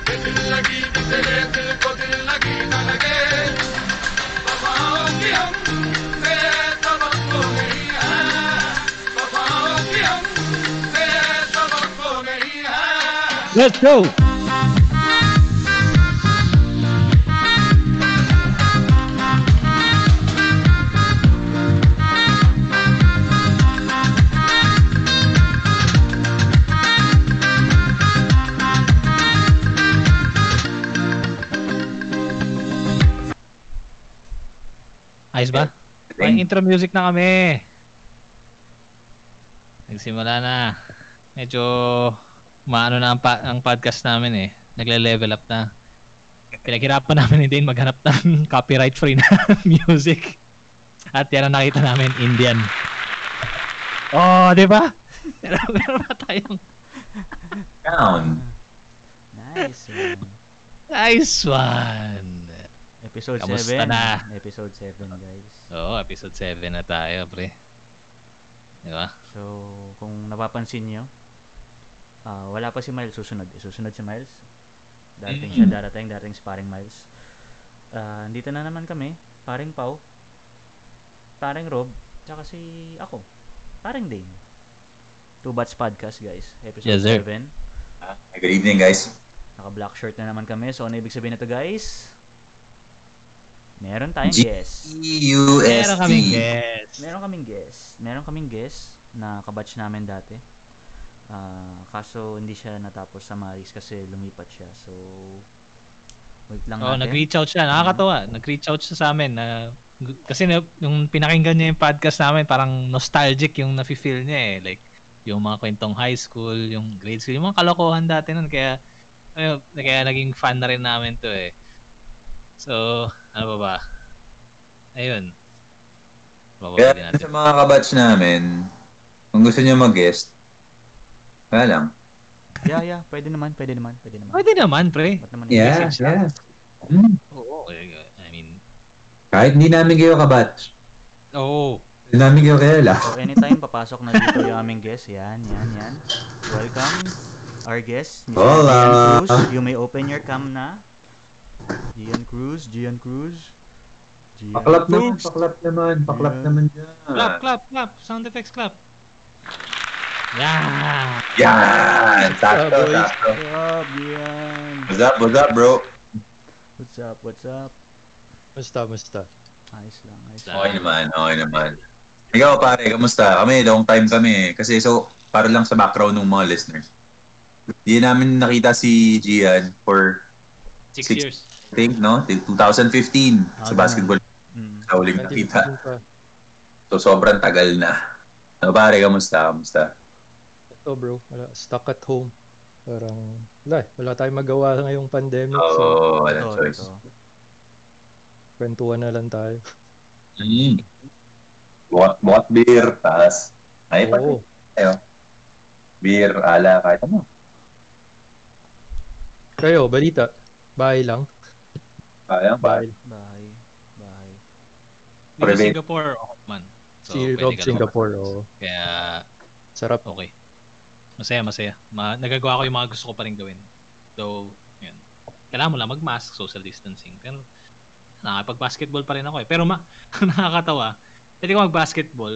लगी बिजले दिल को दिल लगी न लगे वफाओं की हम से तवक्को नहीं है वफाओं की हम से तवक्को नहीं है Let's go! Ayos ba? May intro music na kami. Nagsimula na. Medyo maano na ang, pa- ang podcast namin eh. Nagle-level up na. Pinaghirapan namin ni Dane maghanap ng copyright-free na music. At yan ang nakita namin, Indian. Oh, di ba? Meron meron pa tayong Down. Nice. yun. nice one. Episode Kamusta 7. na? Episode 7, guys. Oo, episode 7 na tayo, pre. Di ba? So, kung napapansin nyo, ah, wala pa si Miles susunod. Eh, Susunod si Miles. Dating siya, Mm-hmm. darating, darating si paring Miles. Ah, dito na naman kami, paring Pau, paring Rob, tsaka si ako, paring Dane. Two Bats Podcast, guys. Episode Yes, sir. 7. Ah, Good evening, guys. Naka-black shirt na naman kami. So, ano ibig sabihin na to, guys? Meron tayong G- guest. E Meron kaming G-U-S-T. guest. Meron kaming guest. Meron kaming guest na kabatch namin dati. Ah, kaso hindi siya natapos sa Maris kasi lumipat siya. So wait lang Oo, natin. nag-reach out siya. Nakakatawa. Mm-hmm. Nag-reach out siya sa amin. Na, kasi na, yung pinakinggan niya yung podcast namin, parang nostalgic yung nafe-feel niya eh. Like, yung mga kwentong high school, yung grade school, yung mga kalokohan dati nun. Kaya, ayun, kaya naging fan na rin namin to eh. So, ano ba ba? Ayun. Bababa din Kaya natin. sa mga kabatch namin, kung gusto nyo mag-guest, wala lang. Yeah, yeah, pwede naman, pwede naman, pwede naman. Pwede naman, pre. Ba't naman Yeah, i-message lang? yeah. Hmm. Oo. I mean, Kahit hindi namin kayo kabatch, oo. hindi namin kayo kilala. So anytime papasok na dito yung aming guest. Yan, yan, yan. Welcome our guest, Mr. Hola. Gian Cruz. You may open your cam na. Gian Cruz, Gian Cruz. Gian Paklap naman, Cruz. paklap naman, paklap Yeah. naman dyan. Clap, clap, clap. Sound effects, clap. Yeah. Yan! Sakto, What's up, sakto. boys? What's up, Gian? What's up, what's up, bro? What's up? What's up? Musta, musta. Ayos lang, ayos lang. Sa- Okay naman, okay naman. Ikaw pare, kamusta? Kami, long time kami eh. Kasi so, para lang sa background ng mga listeners. Di namin nakita si Gian for, Six, Six. years. I think, no? Till 2015 sa Ah, basketball. Mm. Sa huling nakita. 2015 pa. So, sobrang tagal na. So, pare, kamusta? Kamusta? Ito bro, wala, stuck at home. Parang, wala, eh, wala tayong magawa ngayong pandemic. So, Oo, oh, walang Ito, choice. ito. kwentuhan na lang tayo. Mm. Bukat, bukat beer, tas. Ay, pati. Oo, Beer, ala, kahit ano. kayo, balita. Bahay lang. Kaya, pare. Bahay. Bahay. Bahay. Pero Prevent. Singapore, oh, man. So, si pwede Rob ka Singapore, oh. oo. naman. Kaya, Sarap. okay. Masaya, masaya. Ma- nagagawa ko yung mga gusto ko pa rin gawin. Though, yun. Kailangan mo lang mag-mask, social distancing. Pero, nakapag-basketball pa rin ako eh. Pero, ma- nakakatawa. Pwede ko mag-basketball.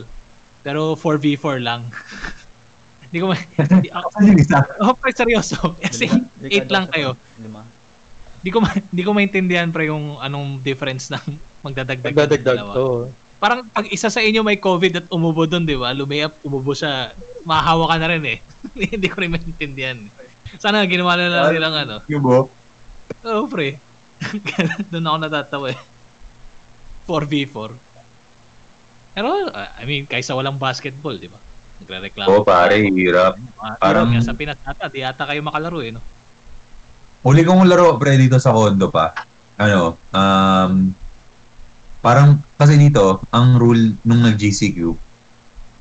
Pero, 4v4 lang. Hindi ko ma... Hindi, ako, oh, pre, seryoso. Kasi, Lima- eight lang kayo. Lima. Hindi ko ma- hindi ko maintindihan pre yung anong difference ng magdadagdag. ng Nagdadagdag dalawa. to. Parang pag isa sa inyo may COVID at umubo doon, 'di ba? Lumayap, umubo siya. Mahawa ka na rin eh. hindi ko rin maintindihan. Sana ginawa na lang Ah. nilang ano. Yung bo? Oo, pre. doon ako natatawa eh. 4v4. Pero, uh, I mean, kaysa walang basketball, di ba? Nagre-reklamo. Oo, pare, hirap. Ah, parang- yun nga, sa Pinas ata, di ata kayo makalaro eh, no? Huli kong laro, pre, dito sa condo pa. Ano, um, parang, kasi dito, ang rule nung nag-GCQ,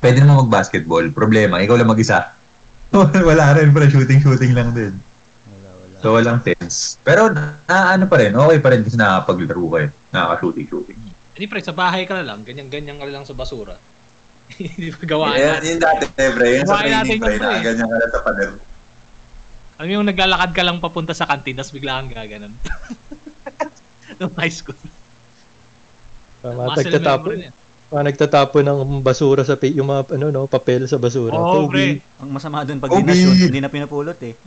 pwede naman mag-basketball. Problema, ikaw lang mag-isa. Wala rin, pre, shooting-shooting lang din. Wala, wala. So, walang tense. Pero, na, ano pa rin, okay pa rin kasi nakakapaglaro kayo. Nakaka-shooting-shooting. Hindi pre, sa bahay ka na lang, ganyan-ganyan ka na lang sa basura. Hindi pa gawaan dati, pre. Gawain natin yun, pre. na ganyan ka na sa pader. Alam mo Ano yung naglalakad ka lang papunta sa canteen, tapos bigla kang gaganon. Nung high school. Ah, Mga Muscle nagtatapon, memory na yan. mga nagtatapon ng basura sa pa- yung mga ano no, papel sa basura. Oo, pre. Ang masama doon pag Obi! dinashoot, hindi na pinapulot eh.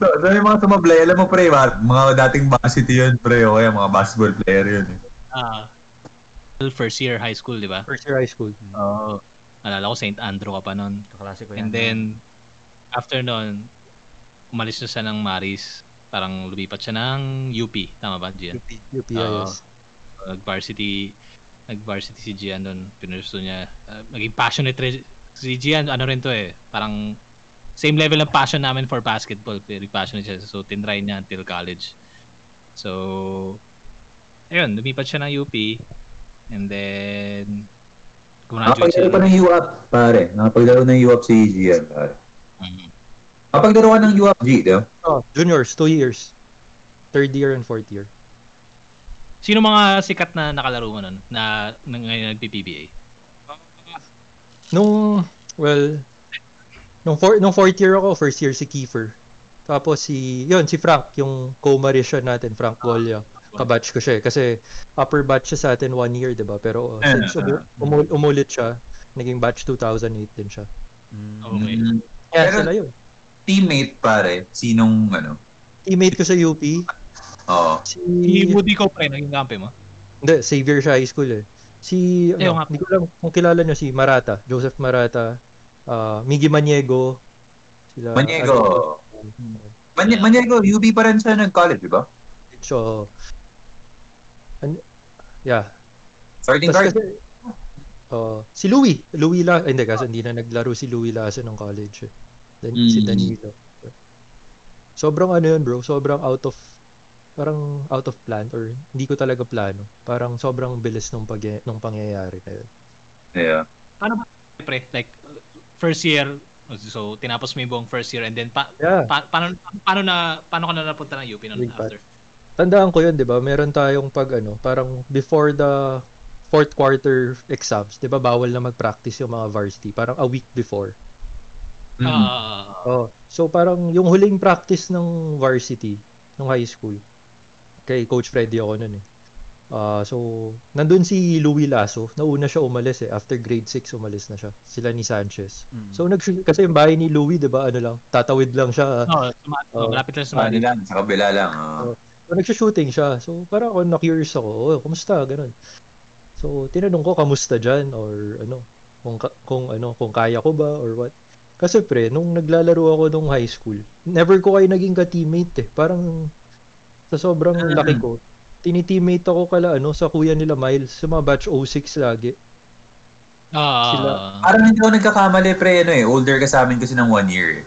So, so yung mga tumablay, alam mo pre, mga, mga dating varsity yun pre, o kaya mga basketball player yun. eh. Ah. first year high school, di ba? First year high school. Oo. Alala ko, St. Andrew ka pa nun. Kaklase ko yan. And then, after nun, umalis na siya ng Maris. Parang lumipat siya ng UP. Tama ba, Gian? UP, UPIS. nag-varsity nag-varsity si Gian doon pinurso niya uh, naging passionate rin- si Gian ano rin to eh parang same level ng passion namin for basketball very passionate siya so tinry niya until college so ayun lumipat siya ng UP and then graduate Nakapaglaro siya pa ng UAP, pare. Nakapaglaro ng UAP si Gian, pare. Mhm. Nakapaglaro ka ng UAP, G, di ba? Oh, juniors, two years. Third year and fourth year. sino mga sikat na nakalaro mo nun na na ngayon nagpi-PBA Nung, well, nung, four, nung fourth year ako, first year si Kiefer. Tapos si, yun, si Frank, yung co-marisyon natin, Ah. Frank Golia. Kabatch ko siya eh. Kasi upper batch siya sa atin one year, di ba? Pero uh, Yeah, since ah. umu- umu- umulit siya, naging batch 2008 din siya. Mm. okay Mm. Kaya Pero- sila yun. Teammate, pare. Sinong, ano? Teammate ko sa UP, Oo. si... Si Woody ko pre naging kampi mo Hindi, Xavier siya high school eh. Si, Eh, yung ano, nga. hindi ko alam kung kilala nyo, si Marata, Joseph Marata, ah Miggy Maniego, sila, Maniego. ano, Mani- Maniego, UB pa rin siya nag-college, di ba? so, an- yeah. Starting guard. Tapos kasi, oh, si Louie, Louie La, eh, hindi kasi hindi na naglaro si Louie Lasso ng college eh. Dan, Si Mm. Danilo. Sobrang ano yun bro, sobrang out of, parang out of plan or hindi ko talaga plano. Parang sobrang bilis nung, pag nung pangyayari na yun. Yeah. pre like first year so tinapos mo yung buong first year and then pa, Yeah. pa, paano paano na paano ka na napunta ng UP noon Big after Tandaan ko yun, di ba? Meron tayong pag ano, parang before the fourth quarter exams, di ba bawal na mag-practice yung mga varsity, parang a week before. Mm. Ah, Oh, so parang yung huling practice ng varsity nung high school. Kay Coach Freddy ako nun eh. Ah, so nandun si Louie Lasso, nauna siya umalis eh. After grade 6 umalis na siya. Sila ni Sanchez. Mm. So nag kasi yung bahay ni Louie, 'di ba, ano lang, tatawid lang siya. no, ah. suma- Oh. malapit lang sa Sa Manila. kanila, sa kabila lang. ah. Oo. So, nagsushooting siya. So, parang ako na-curious ako. Oh, kumusta? Ganun. So, tinanong ko, kamusta dyan? Or ano, kung, ka- kung ano, kung kaya ko ba? Or what? Kasi pre, nung naglalaro ako nung high school, never ko kayo naging ka-teammate eh. Parang sa sobrang Ah. laki ko, tiniteammate ako kala ano, sa kuya nila Miles, sa mga batch 06 lagi. Ah, Sila. Parang hindi ako nagkakamali, pre, ano eh. Older ka sa amin kasi ng one year. eh.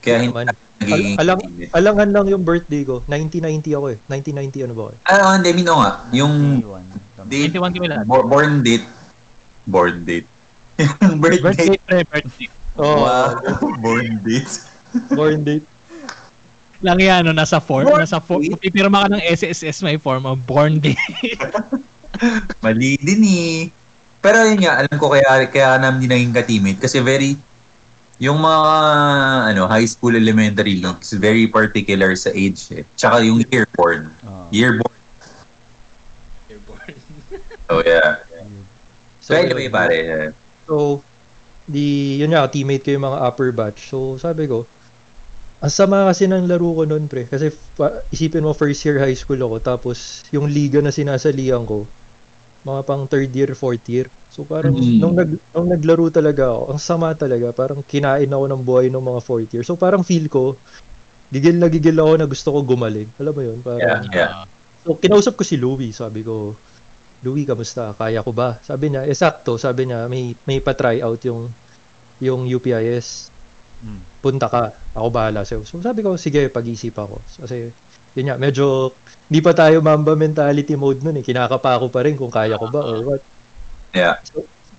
Kaya hindi eh. Naman. nagiging Al- alam- teammate. Alangan lang yung birthday ko. 1990 ako eh. 1990 ano ba ako? eh? Ah, hindi, mino nga. Yung 91. Tama. date, 21 kami lahat. bo- born date. Born date. Yung birthday. Birthday, pre, birthday. Oh, Wow. born date. born date. Lang yan, no, nasa form. Born nasa form. date? Kung pipirma ka ng SSS, may form of born day. Mali din eh. Pero yun nga, alam ko kaya, kaya namin din naging ka-teammate kasi very, yung mga ano, high school elementary leagues, very particular sa age eh. Tsaka yung yearborn. Ah. Yearborn. Oh yeah. So, anyway, yun. pare. eh, So, di, yun nga, teammate ko yung mga upper batch. So, sabi ko, ang sama kasi ng laro ko noon, pre. Kasi fa- isipin mo, first year high school ako. Tapos, yung liga na sinasalihan ko, mga pang third year, fourth year. So, parang, Mm. nung, nag, nung naglaro talaga ako, ang sama talaga. Parang, kinain ako ng buhay ng mga fourth year. So, parang feel ko, gigil na gigil ako na gusto ko gumaling. Alam mo yun? Parang, Yeah, yeah. Ah, So, kinausap ko si Louie. Sabi ko, Louie, kamusta? Kaya ko ba? Sabi niya, esakto. Sabi niya, may, may pa-try out yung, yung UPIS. Mm. Punta ka. Ako bahala sa'yo. So, sabi ko, sige, pag-iisipan ko. Kasi, yun nga, medyo, di pa tayo mamba mentality mode nun eh. Kinakapa ako pa rin kung kaya ko ba or what. Yeah.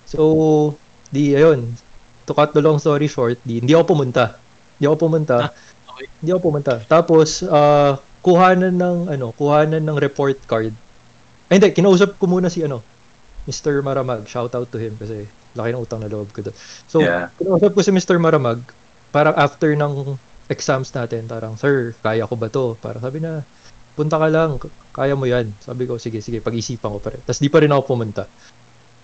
So, di, ayun. To cut the long story short, di, hindi ako pumunta. Hindi ako pumunta. Ah, okay. Hindi ako pumunta. Tapos, ah, kuhanan ng, ano, kuhanan ng report Ah, card. Ay, hindi, kinausap ko muna si, ano, Mr. Maramag. Shout out to him kasi Laki ng utang na loob ko doon. So, yeah. Kinausap ko si Mr. Maramag, parang after ng exams natin, parang, Sir, kaya ko ba to? Parang sabi na, punta ka lang, k- kaya mo yan. Sabi ko, sige, sige, pag-isipan ko pa rin. Tapos di pa rin ako pumunta.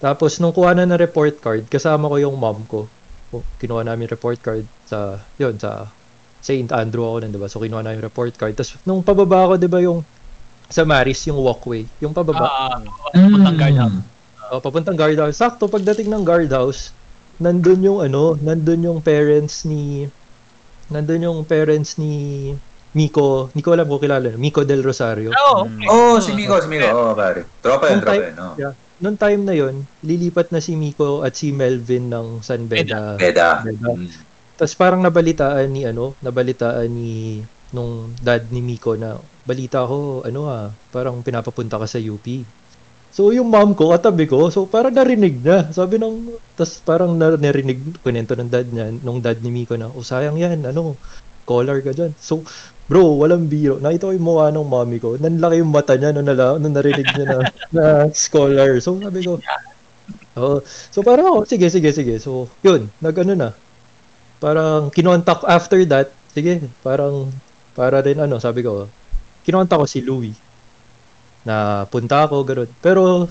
Tapos nung kuha na ng report card, kasama ko yung mom ko. Ku- Kinuha namin yung report card sa, yun, sa St. Andrew ako nun, di ba? So kinuha namin yung report card. Tapos nung pababa ako, di ba yung sa Maris, yung walkway, yung pababa. Ah, hmm. Puntang guardhouse. Oh, papuntang guardhouse. Sakto pagdating ng guardhouse, nandun yung ano, nandun yung parents ni nandun yung parents ni Miko, hindi ko alam kung kilala, Miko del Rosario. Oh, okay. Oh, si Miko, si Miko. Oo, pare. Tropa yun, Kung tropa tayo- yun. Oh. Noong time na yon, lilipat na si Miko at si Melvin ng San Beda. Beda. Beda. Mm. Tapos parang nabalitaan ni ano, nabalitaan ni nung dad ni Miko na balita ko, ano ha, parang pinapapunta ka sa UP. So yung mom ko, katabi ko, so parang narinig na. Sabi nung, tas parang na- narinig, kunento ng dad niya, nung dad ni Miko na, oh sayang yan, ano, collar ka dyan. So, bro, walang biro. Nakita ko yung mukha ng mommy ko. Nanlaki yung mata niya nung, nala, nung narinig niya na, na scholar. So, sabi ko, oh, so parang ako, sige, sige, sige. So, yun, nag-ano na, parang kinontak after that, sige, parang para rin ano, sabi ko, kinontak ko si Louie na punta ako, ganun. Pero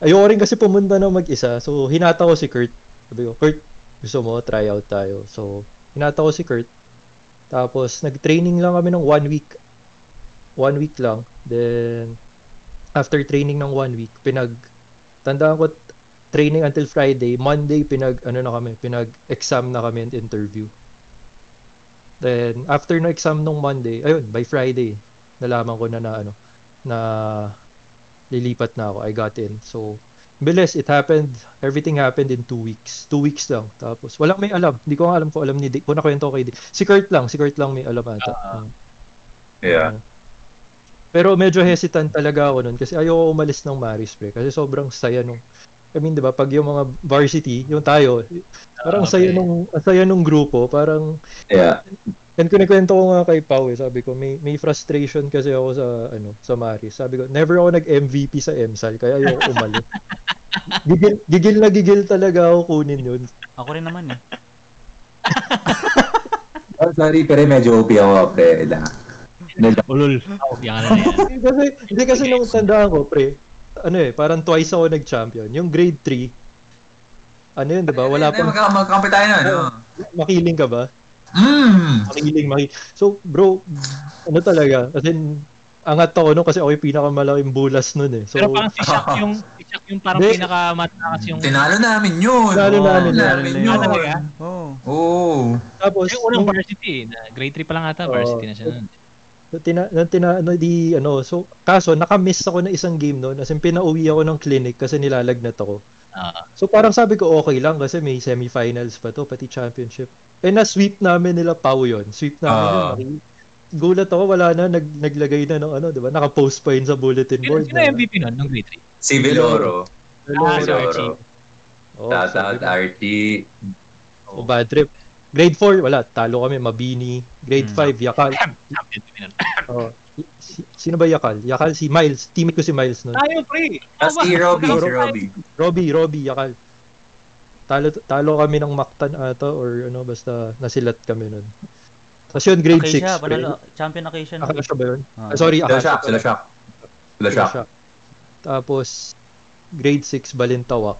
ayoko rin kasi pumunta na mag-isa. So hinata ko si Kurt. Sabi ko, Kurt, gusto mo, try out tayo. So hinata ko si Kurt. Tapos nag-training lang kami ng one week. One week lang. Then after training ng one week, pinag tandaan ko training until Friday. Monday, pinag, ano na kami, pinag-exam na kami and interview. Then, after no exam nung Monday, ayun, by Friday, nalaman ko na na, ano, na lilipat na ako. I got in. So, bilis, it happened, everything happened in two weeks. Two weeks lang. Tapos, walang may alam. Hindi ko nga alam kung alam ni Dick. Kung nakwento ko kay Dick. Si Kurt lang, si Kurt lang may alam ata. Yeah. Pero medyo hesitant talaga ako nun kasi ayoko umalis ng Maris pre kasi sobrang saya nung I mean, 'di ba, pag yung mga varsity, yung tayo, parang Okay. saya nung ang saya nung grupo, parang Yeah. and kinikwento ko nga kay Pau, eh, sabi ko may may frustration kasi ako sa ano, sa Maris. Sabi ko, never ako nag-MVP sa MSAL kaya ayoko umalis. gigil, gigil na gigil talaga ako kunin yun. Ako rin naman eh. Oh, sorry, pero medyo OP ako, pre. La. Nila. Ulul. Oh, yan na yan. Hindi kasi, hindi kasi nung tandaan ko, pre, ano eh, parang twice ako nag-champion. Yung grade 3, ano yun, di ba? Wala pa. pang Magka- magkakampi tayo na, no? makiling ka ba? Mm. Makiling, makiling. So, bro, ano talaga? As in, angat ako nun kasi ako yung pinakamalaking bulas nun eh. So, Pero parang si Shaq yung, si Shaq yung parang Hindi. pinakamatakas yung... Tinalo namin yun. Tinalo Oo, tinalo namin yun. namin Ah, talaga? yun. Oh. Oo. Oo. tapos, Yung unang nung- varsity, eh, na grade 3 pa lang ata, Oo. varsity na siya nun. nung tina, nung tina, ano, di, ano, so, kaso, nakamiss ako ng isang game nun. As in, pinauwi ako ng clinic kasi nilalagnat ako. Ah. So, parang sabi ko, okay lang kasi may semifinals pa to, pati championship. Eh, na-sweep namin nila Pau yun. Sweep namin yun. Ah. Naki- Gulat ako, wala na, nag, naglagay na ng ano, di ba? Naka-post pa yun sa bulletin Sino board. sino yung MVP nun, nung grade 3? Si Veloro. Ah, Si si Archie. Veloro. Oh, Shout sabi out ko, Archie. Oh, bad trip. Grade 4, wala. Talo kami, Mabini. Grade Hmm. 5, Yakal. Champion kami nun. Oh. Si- Sino ba Yakal? Yakal si Miles. Teammate ko si Miles nun. Tayo, pre! Ano Tapos Tama. si Robbie, si Tama. Robbie. Robbie, Robbie, Yakal. Talo, talo kami ng Mactan ata or ano, basta nasilat kami nun. Tapos yun, grade 6. Acacia, panalo. Champion Acacia na. Akala siya ba yun? Ah. Ah, sorry, Sila Akala shock, sila shock. Sila shock. Tapos, grade 6, Balintawak.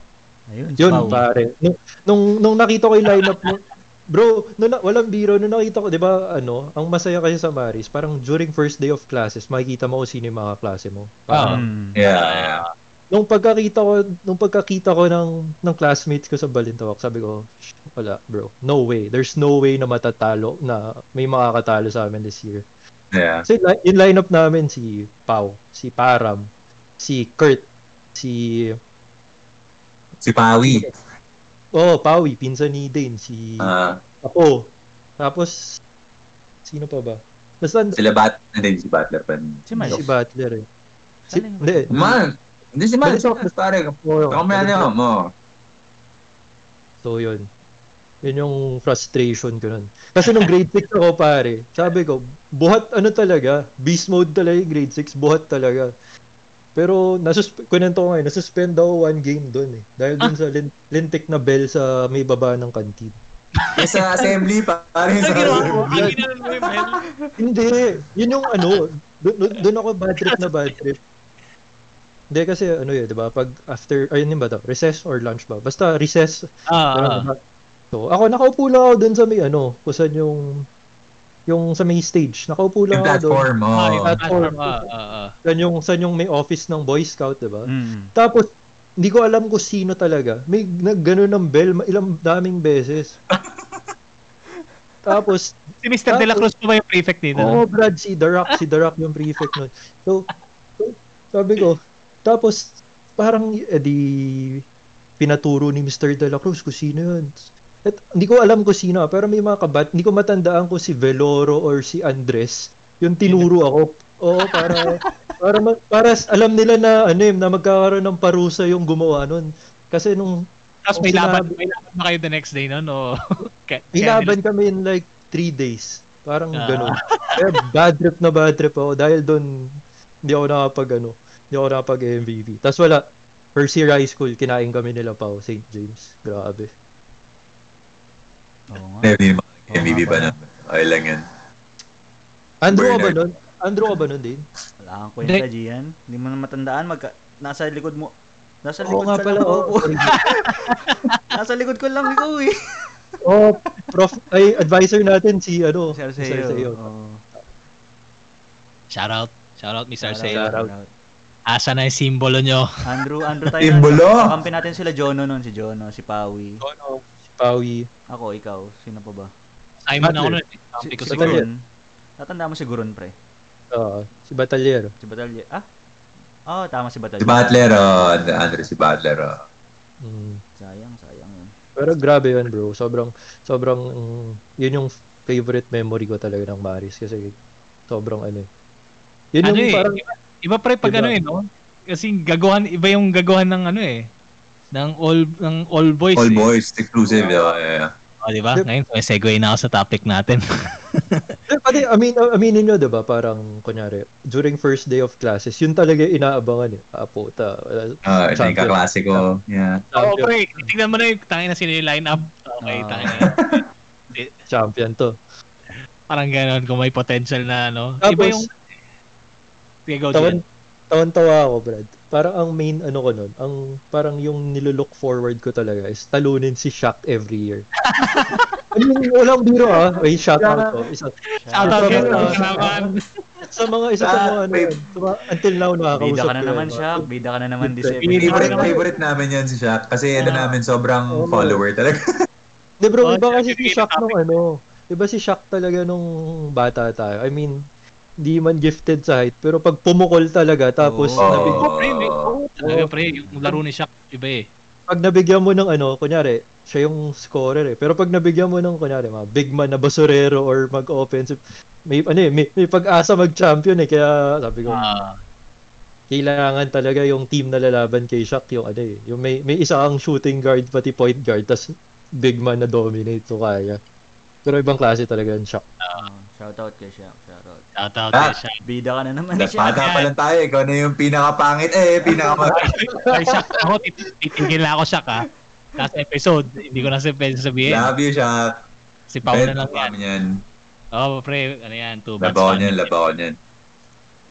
Ayun, Yun, Pau. pare. Nung, nung, nung nakita ko yung lineup mo, bro, nung, na- walang biro, nung nakita ko, di ba, ano, ang masaya kasi sa Maris, parang during first day of classes, makikita mo kung sino yung mga klase mo. Ah, Parang, Mm. eh, Yeah, yeah. nung pagkakita ko, nung pagkakita ko ng, ng classmates ko sa Balintawak, sabi ko, "Shh, wala, bro, no way. There's no way na matatalo, na may makakatalo sa amin this year. Yeah. Kasi li- yung lineup namin si Pau, si Param, si Kurt, si Si Pawi. Oh, Pawi, pinsan ni Dane, si Ah, Ako. Tapos, sino pa ba? Basta, sila Bat, and then si Butler pa. Si Miles. si Butler eh. Si, Saan yung- hindi. Man, hindi si Miles. Pare, Oo, kakamaya na ano yun mo. So, yun. Yun yung frustration ko nun. Kasi nung grade 6 ako, pare, sabi ko, buhat ano talaga, beast mode talaga yung grade 6, buhat talaga. Pero nasus kunento ko ngayon, nasuspend daw one game doon eh. Dahil dun sa lin- lintik na bell sa may baba ng kantin. sa assembly, parang sa... Ang ginawa ko, ang Ah. ginawa ko yung bell. Hindi, yun yung ano, doon ako bad trip na bad trip. Hindi kasi ano yun, di ba? Pag after, ayun yun ba to? Recess or lunch ba? Basta recess. Ah, ah. Parang- So, ako nakaupo lang ako doon sa may ano, kusan yung yung sa may stage. Nakaupo lang Yung ako doon. platform, Ah, oh. yung platform. Ah, ah, ah. San yung, san yung may office ng Boy Scout, di ba? Mm. Tapos, hindi ko alam kung sino talaga. May nagganon ng bell ma- ilang daming beses. Tapos, Si Mr. De La Cruz po ba yung prefect dito? oo, Brad, si The Rock, si The Rock yung prefect nun. So, so, sabi ko, tapos, parang, eh, di, pinaturo ni Mr. De La Cruz kung sino yun. At, hindi ko alam kung sino, pero may mga kabat, hindi ko matandaan kung si Veloro or si Andres, yung tinuro ako. Oo, para, para, ma- para alam nila na, ano yun, na magkakaroon ng parusa yung gumawa nun. Kasi nung Tapos may Sinabi- laban, may laban ba kayo the next day noon? O, kaya, kaya Ilaban kami in like three days. Parang Ah. ganun. Kaya bad trip na bad trip ako dahil doon hindi ako nakapag ano, hindi ako nakapag MVP. Tapos wala, first year high school, kinain kami nila pa St. James. Grabe. Oo nga. Hindi naman. MVP ba na? Okay lang yan. Andrew ka ba Bernard. nun? Andrew ka ba nun din? Wala kang kwenta, Gian. Hindi mo na matandaan. Magka- nasa likod mo. Nasa Oo likod nga ka pala. lang Oo, ako. nasa likod ko lang ikaw eh. oh, prof, ay, advisor natin si ano, Sir si Sir Seo. Seo. Oo. Shout out. Shout out, Mr. Arceo. Shout out. Asa na yung simbolo nyo? Andrew, Andrew tayo. Simbolo! Kampi natin sila Jono nun. Si Jono, si Pawi. Si Pawi. Ako, ikaw. Sino pa ba? Simon Butler. ako nun. eh. Si, Kampi ko si siguro. Batalya. Guron. Tatandaan mo si Guron, pre. ah, si Batalyer. Si Batalya. Ah? Oo, tama si Batalya. Si Butler, oh. And- Andre, si Butler, oh. Mm. Sayang, sayang yun. Pero grabe yun, bro. Sobrang, sobrang, mm, yun yung favorite memory ko talaga ng Maris kasi sobrang ano. eh. Yun Ano yung eh, parang, iba, iba pre pag Diba? ano eh, no? Kasi gagawan, iba yung gagawan ng ano eh. Ng all, ng all boys. All eh. boys, exclusive, oh. Yeah. O, diba? Ngayon, may segue na ako sa topic natin. eh, pati amin, aminin nyo, diba? Parang, kunyari, during first day of classes, yun talaga yung inaabangan eh. Ah, puta. Oh, wala- ito Champion. yung kaklasiko. Yeah. Oo, Champion, pre. Tingnan mo na yung tangin na sila yung lineup. Okay, Ah. tangin na. champion to. Parang ganun, kung may potential na ano. iba Tapos, yung... Sige, go, tawan, Jen. tawan-tawa ako, Brad. Parang ang main ano ko nun, ang parang yung nilolook forward ko talaga is talunin si Shaq every year. I mean, walang biro ah. Wait, shout out to. Isa, Shout out, Tawan- Jen. Tawan- Salamat. sa mga isa sa mga ano yun. Sa mga- until now nakakausap Bida ka na ko yun. naman siya. Bida ka na naman this Bida. episode. Favorite, favorite namin yan si Shaq. Kasi ano namin, sobrang Oo. follower talaga. Hindi bro, Oh, iba kasi sige, si Shaq topic. nung ano. Iba si Shaq talaga nung bata tayo. I mean, di man gifted sa height, pero pag pumukol talaga, tapos Oo. nabig- Oo, pre. may- oo, Talaga, pre. Yung laro ni Shaq, iba eh. pag nabigyan mo ng ano, kunyari, siya yung scorer eh. Pero pag nabigyan mo ng, kunyari, mga big man na basurero or mag-offensive, may, ano eh, may, may pag-asa mag-champion eh. Kaya sabi ko, Ah, kailangan talaga yung team na lalaban kay Shaq yung ano eh, yung may may isa ang shooting guard pati point guard tas big man na dominate so kaya. Pero ibang klase talaga yung Shaq. Shout out Oh, kay Shaq. Shout out. shout out Ah. kay Shaq. Bida ka na naman ni Shaq. Bata pa lang tayo. Ikaw na yung pinakapangit. Eh, pinakamaganda. Ay, Shaq, ako, tit- titigil na ako, Shaq, ha? Last episode, hindi ko na sa pwede sabihin. Love you, Shaq. Si Pao Bet na na lang yan. namin yan. Oo, oh, pre, ano yan, two months. Labaw pa. niyan, labaw niyan.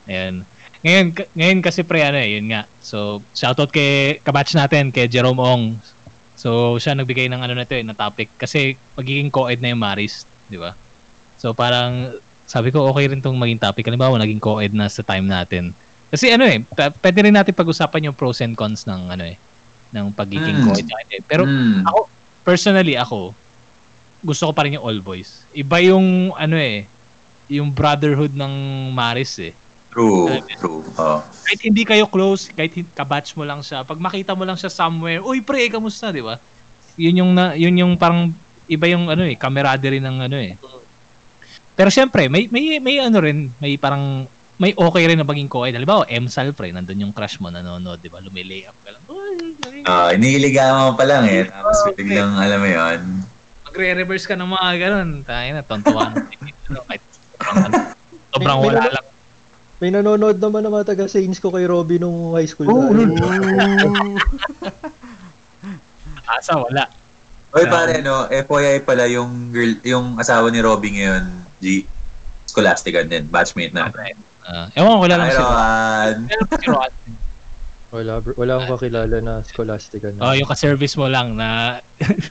Ayan. Ngayon, ka- ngayon kasi pre, ano eh, yun nga. So, shoutout kay kabatch natin, kay Jerome Ong. So, siya nagbigay ng ano na to eh, na topic. Kasi magiging co-ed na yung Maris, di ba? So, parang sabi ko okay rin tong maging topic. Halimbawa, naging co-ed na sa time natin. Kasi ano eh, pa- pwede rin natin pag-usapan yung pros and cons ng ano eh, ng pagiging Mm. co-ed natin. Pero Hmm. ako, personally ako, gusto ko pa rin yung all boys. Iba yung ano eh, yung brotherhood ng Maris eh. True, true. Oh. Kahit hindi kayo close, kahit hin- kabatch mo lang siya, pag makita mo lang siya somewhere, uy pre, kamusta, di ba? Yun yung na, yun yung parang iba yung ano eh, camaraderie ng ano eh. Pero syempre, may may may ano rin, may parang may okay rin na maging co-ed. Halimbawa, MSAL pre, nandun yung crush mo nanonood, di ba? Lumilay up ka lang. Uy, Ah, iniligawan mo pa lang eh. Tapos Oh, biglang alam mo yun. magre-reverse ka ng mga ganun. Tayo na, tontuan. Kahit sobrang, sobrang wala lang. May nanonood naman ng mga taga Saints ko kay Robby nung high school Oh, ano. tayo. lol. Asa, wala. Oy, pare, no, FYI pala yung girl, yung asawa ni Robby ngayon, G. Scholastican din, batchmate na. Ah, ewan ko, wala lang Pero, si Ron. ah, Wala lang si Ron. Wala, bro. wala akong kakilala na Scholastica na. Oh, yung ka-service mo lang na...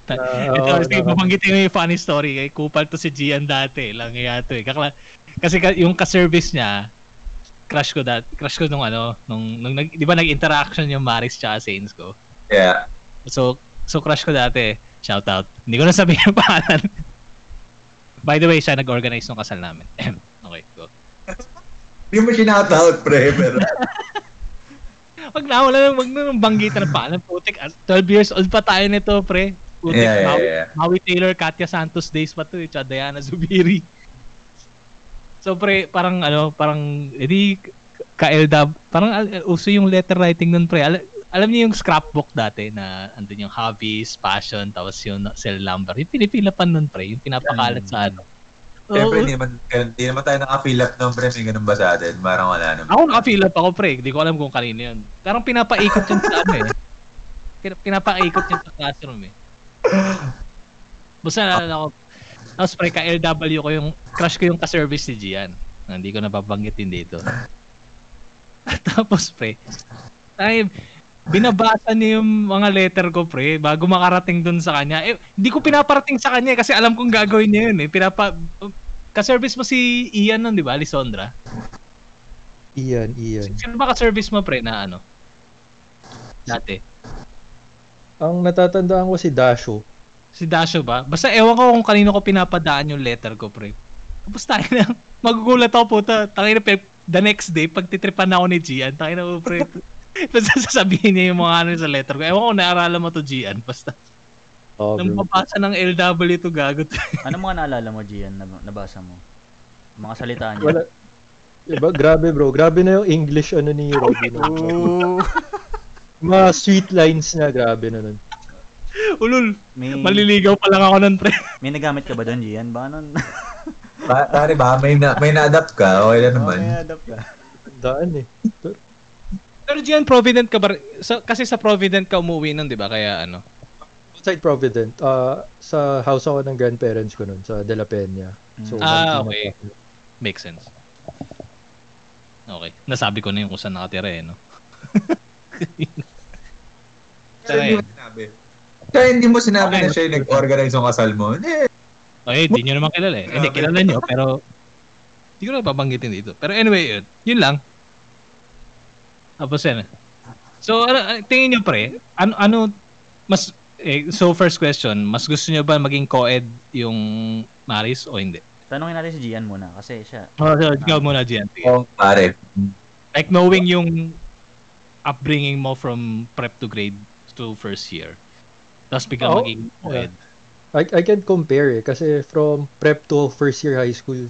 Ah, Ito, oo, oh, sige, oo. babanggitin mo yung funny story. Kay Kupal to si Gian dati. Lang niya to eh. Kakla... Kasi ka- yung ka-service niya, crush ko dat crush ko nung ano nung, nung nag, di ba nag-interaction yung Maris tsaka Saints ko yeah. so so crush ko dati shout out hindi ko na sabihin yung pangalan by the way siya nag-organize ng kasal namin okay go Hindi mo sinataot, pre, pero... Wag na, wala nang wag na nang banggitan ng pangalan. Putik, as- 12 years old pa tayo nito, pre. Putik, Yeah, yeah, Maui, yeah. Maui Taylor, Katya Santos days pa to, eh, tsaka Diana Zubiri. So, pre, parang ano, parang, edi, ka-LW, parang al- uso yung letter writing nun, pre. Al- alam niyo yung scrapbook dati na andun yung hobbies, passion, tapos yung cell number. Yung pinipilapan nun, pre. Yung pinapakalat sa ano. Mm. Siyempre, Oo. hindi naman, hindi naman tayo naka-fill up ng pre, may ganun ba sa atin? Parang wala naman. Ako naka-fill up ako, pre. Hindi ko alam kung kanino yun. Parang pinapaikot yun sa ano eh. Pina- pinapaikot yun sa classroom eh. Basta naalala ko. Tapos pre, ka-LW ko yung, crush ko yung ka-service ni Gian. Na Hindi ko napabanggitin dito. Tapos pre, ay, binabasa niya yung mga letter ko pre bago makarating dun sa kanya. Eh, hindi ko pinaparating sa kanya eh, kasi alam kong gagawin niya yun eh. Pinapa, ka-service mo si Ian nun, di ba? Lisondra? Iyan, iyan. Sino ba ka-service mo, pre, na ano? Dati. Ang natatandaan ko si Dasho. Si Dasho ba? Basta ewan ko kung kanino ko pinapadaan yung letter ko, pre. Tapos tayo na, magugulat ako, puta. Tangin na, pe- the next day, pagtitripan na ako ni Gian, tangin na, oh, pre. Basta sasabihin niya yung mga ano sa letter ko. Ewan ko kung naaralan mo to, Gian. Basta, Oh, nang bro. mapasa ng LW to gagot. Ano mga naalala mo, Gian, na nabasa mo? Mga salita niya. Wala. Diba? Grabe bro. Grabe na yung English ano ni Robby. Oh. nun. Oo. Mga sweet lines niya. Grabe na nun. Ulul, May, maliligaw pa lang ako nun, pre. may nagamit ka ba doon, Gian? Baka nun? Pa- pare ba, may, na, may na-adapt ka? Okay lang naman. may adapt ka. Daan eh. Pero Gian, Provident ka ba? rin? Sa- kasi sa Provident ka umuwi nun, di ba? Kaya ano? Outside Provident. ah, sa house ako ng grandparents ko nun. Sa De La Peña. So, Ah, nandun okay. Makes sense. Okay. Nasabi ko na yung kung saan nakatira eh, no? Pero hindi mo sinabi. Kaya hindi mo sinabi na siya yung nag-organize ng kasal mo. Eh, Okay, di nyo naman kilala eh. Hindi, kilala nyo, pero... Hindi ko na babanggitin dito. Pero anyway, yun. Yun lang. Tapos yan. So, ano, ano- tingin nyo pre, ano, ano, mas, eh, so first question, mas gusto nyo ba maging co-ed yung Maris o hindi? Tanungin natin si Gian muna kasi siya. Oh, so, ikaw muna, Gian. Sige. oh, pare. Like knowing yung upbringing mo from prep to grade to first year. Tapos biglang Oo. maging co-ed. I, I can compare eh, kasi from prep to first year high school,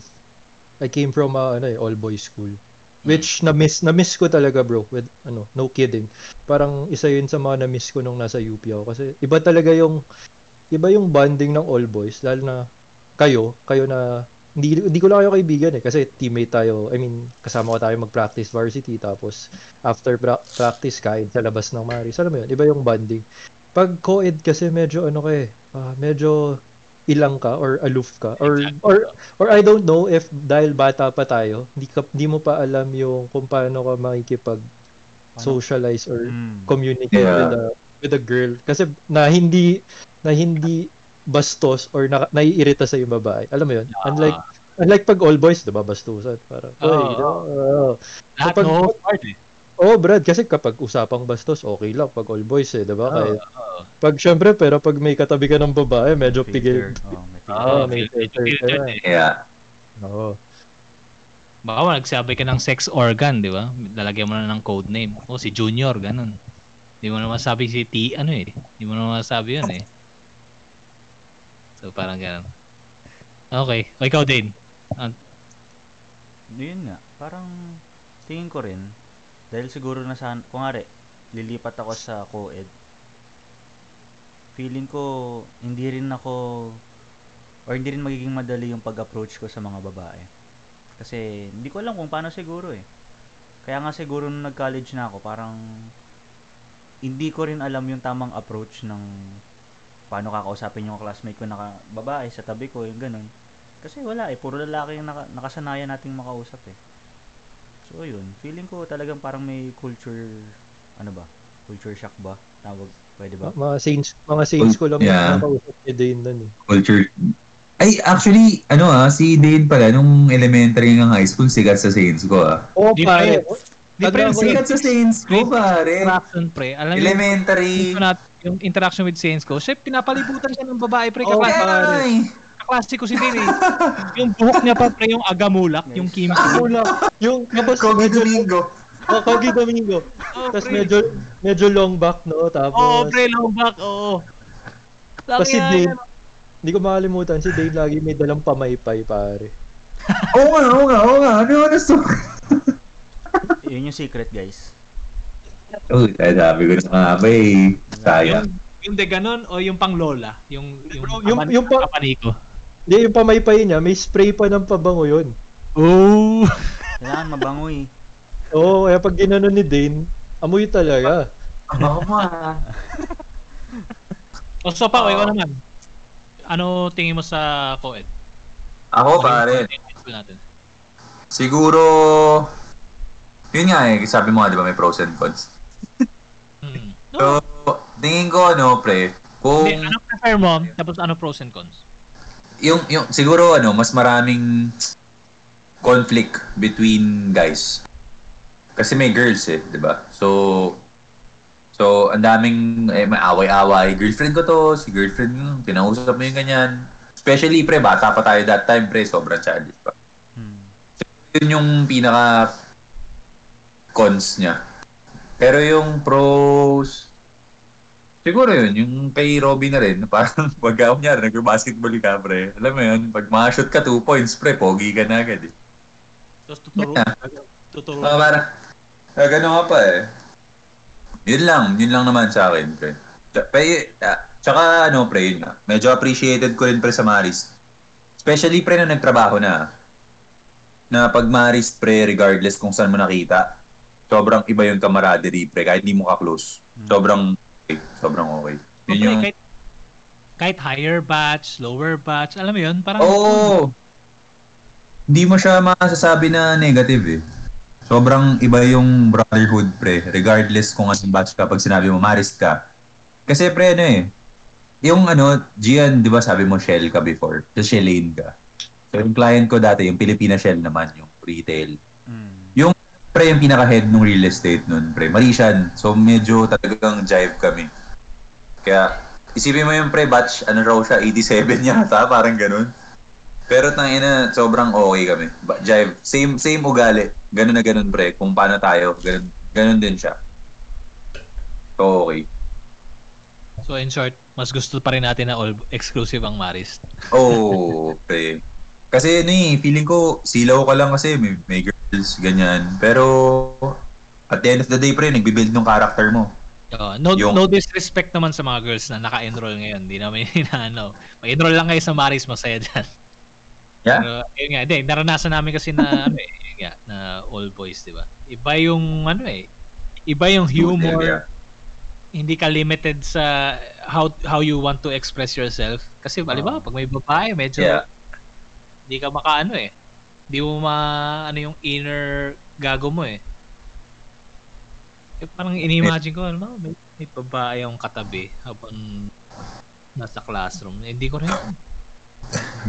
I came from a ano eh, all boys school. Which na-miss na-miss ko talaga bro with ano no kidding. Parang isa 'yun sa mga na-miss ko nung nasa UP ako kasi iba talaga yung iba yung bonding ng all boys lalo na kayo, kayo na hindi, hindi ko lang kayo kaibigan eh kasi teammate tayo. I mean, kasama ko tayo mag-practice varsity tapos after pra- practice kain sa labas ng Maris. Alam mo 'yun, iba yung bonding. Pag co-ed kasi medyo ano ka eh, ah, medyo ilang ka or aloof ka or or or I don't know if dahil bata pa tayo, hindi ka hindi mo pa alam yung kung paano ka makikipag socialize or Mm. communicate Yeah. with a with a girl kasi na hindi na hindi bastos or na, naiirita sa yung babae. Alam mo yun? Unlike unlike pag all boys, 'di ba, bastusan para. Oo. Lahat Kapag- no hard eh. ah." Oh, Brad, kasi kapag usapang bastos, okay lang pag all boys eh, 'di ba? Kahit- Oo. pag syempre, pero pag may katabi ka ng babae, medyo pigil. Oh, Ah. may Oo, filter. may filter ka na. Yeah. eh. Oo. Baka wala, nagsabi ka ng sex organ, di ba? Lalagyan mo na ng code name. O si Junior, ganun. Hindi mo naman sabi si T, ano eh. Hindi mo naman sabi yun eh. So parang ganun. Okay. O ikaw din. Yun nga. Parang tingin ko rin. Dahil siguro na sa... Kungari, lilipat ako sa co-ed. Feeling ko, hindi rin ako... Or hindi rin magiging madali yung pag-approach ko sa mga babae. Kasi, hindi ko alam kung paano siguro eh. Kaya nga siguro nung nag-college na ako, parang hindi ko rin alam yung tamang approach ng paano kakausapin yung classmate ko na ka- babae sa tabi ko, yung ganun. Kasi wala eh, puro lalaki yung naka- nakasanayan nating makausap eh. So yun, feeling ko talagang parang may culture, ano ba? Culture shock ba? Tawag, pwede ba? Ma- mga saints, mga saints ko lang Yeah. na nakausap ni Dane nun eh. Culture. Ay, actually, ano ah, si Dane pala, nung elementary hanggang high school, sikat sa Saints ko ah. Oo, Di pare. pa- Di pre, Ano, yung Sikat sa Saints ko, pare. interaction pre. Alam mo yung, Elementary. yung, yung interaction with Saints ko, siya pinapalibutan siya ng babae pre. Oo, Kaklase, Ay, kaklase ko si Dini. yung buhok niya pa pre, yung agamulak, yung Kim. Ako lang. Yung tapos Kogi medyo Domingo. oh, Kogi Domingo. Oh, Tapos pre. medyo medyo long back no tapos Oo, pre, ano? long back, oo. Tapos si Laki Dane, yan. hindi ko makalimutan, si Dane lagi may dalang pamaypay, pare. Oo nga, oo nga, oo nga. Ano yung gusto? Yun yung secret guys. Oo, sabi ko na nga ba eh. Sayang. Yung, yung de ganon o yung pang lola? Yung, yung, yung- kapan- yung pa- kapaniko. Hindi, yung pamaypay niya, may spray pa ng pabango yun. Oh! Kailangan mabango eh. Oo, kaya pag ginanon ni Dane, amoy talaga. Baka ma. O so pa, ikaw naman. Ano tingin mo sa co-ed? Ako, Ano pare. yung high school natin? Siguro, yun nga eh, sabi mo nga, di ba, may pros and cons. Hmm. No, So, tingin ko, ano, pre, kung hindi, ano prefer mo? Tapos ano pros and cons? yung, yung, siguro, ano, mas maraming conflict between guys. Kasi may girls eh, di ba? So, so, ang daming, eh, may away-away. Girlfriend ko to, si girlfriend mo, pinausap mo yung ganyan. Especially, pre, bata pa tayo that time, pre, sobrang childish pa. Hmm. yun yung pinaka cons niya. Pero yung pros, siguro yun, yung kay Robby na rin, parang pag ako niya, nag-basketball ka, pre. Alam mo yun, pag ma-shoot ka 2 points, pre, pogi ka na agad. Eh. Tapos tuturo. Yeah. Tuturo. So, parang, ah, ganun ka pa eh. Yun lang, yun lang naman sa akin, pre. Tsa- Pre, ah, tsaka ano, pre, yun nga. Medyo appreciated ko rin, pre, sa Marist. Especially, pre, na nagtrabaho na. Na pag Marist, pre, regardless kung saan mo nakita, sobrang iba yung camaraderie, pre, kahit hindi mo ka-close. Sobrang okay. Sobrang okay. Pre, Yun yung... kahit, kahit higher batch, lower batch, alam mo yun? Parang, Oo! Hindi mo siya masasabi na negative eh. Sobrang iba yung brotherhood pre, regardless kung anong batch ka pag sinabi mo marist ka. Kasi pre ano eh, yung ano, Gian, di ba sabi mo shell ka before, so shellane ka. So yung client ko dati, yung Pilipina shell naman, yung retail. Hmm. Yung pre, yung pinaka-head ng real estate nun, pre. Marishan. So, medyo talagang jive kami. Kaya, isipin mo yung pre, batch, ano raw siya, 87 yata, parang ganun. Pero tangina, sobrang okay kami. Ba- jive. Same, same ugali. Ganun na ganun, pre. Kung paano tayo, ganun, ganun din siya. So, okay. so in short, mas gusto pa rin natin na all exclusive ang Marist. Oo, oh, pre. Kasi ano eh, feeling ko, silaw ka lang kasi may, may girls, ganyan. Pero, at the end of the day, pre, nagbibuild ng character mo. Oo, no, Yung- no disrespect naman sa mga girls na naka-enroll ngayon. Hindi namin inaano. Mag-enroll ano. lang kayo sa Maris, masaya dyan. Yeah. Pero, yun nga, hindi, naranasan namin kasi na, ano eh, yun nga, na all boys, di ba? Iba yung, ano eh, iba yung humor, Yeah. hindi ka limited sa how how you want to express yourself. Kasi, halimbawa, pag may babae, medyo, Yeah. hindi ka makaano eh. Hindi mo ma, ano yung inner gago mo eh. eh parang ini-imagine ko, ano, may, may babae yung katabi habang nasa classroom. Eh, Hindi ko rin.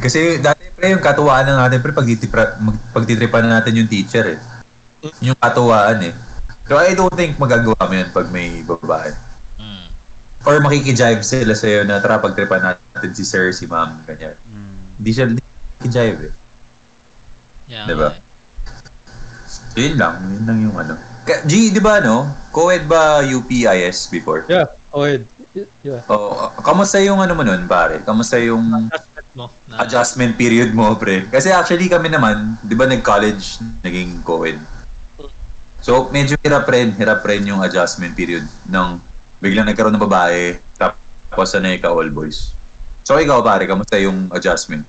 Kasi dati pre, yung katuwaan lang natin pre, pagtitipra, mag, pagtitripan na natin yung teacher eh. Yung katuwaan eh. So I don't think magagawa mo yun pag may babae. Mm. Or makikijive sila sa'yo na tara pagtripan natin si sir, si ma'am, ganyan. Hmm. Hindi siya hindi makikijive eh. Yeah, Di ba? So yun lang, yun lang yung ano. Ka- G, di ba no? Co-ed ba UPIS before? Yeah, okay. Yeah. Oh, kamusta yung ano mo nun, pare? Kamusta yung adjustment mo. Na, adjustment period mo, pre. Kasi actually kami naman, di ba nag-college, naging co-ed. So, medyo hirap rin, hirap rin yung adjustment period ng biglang nagkaroon ng babae, tapos sanay ka all boys. So, ikaw pare, kamusta yung adjustment?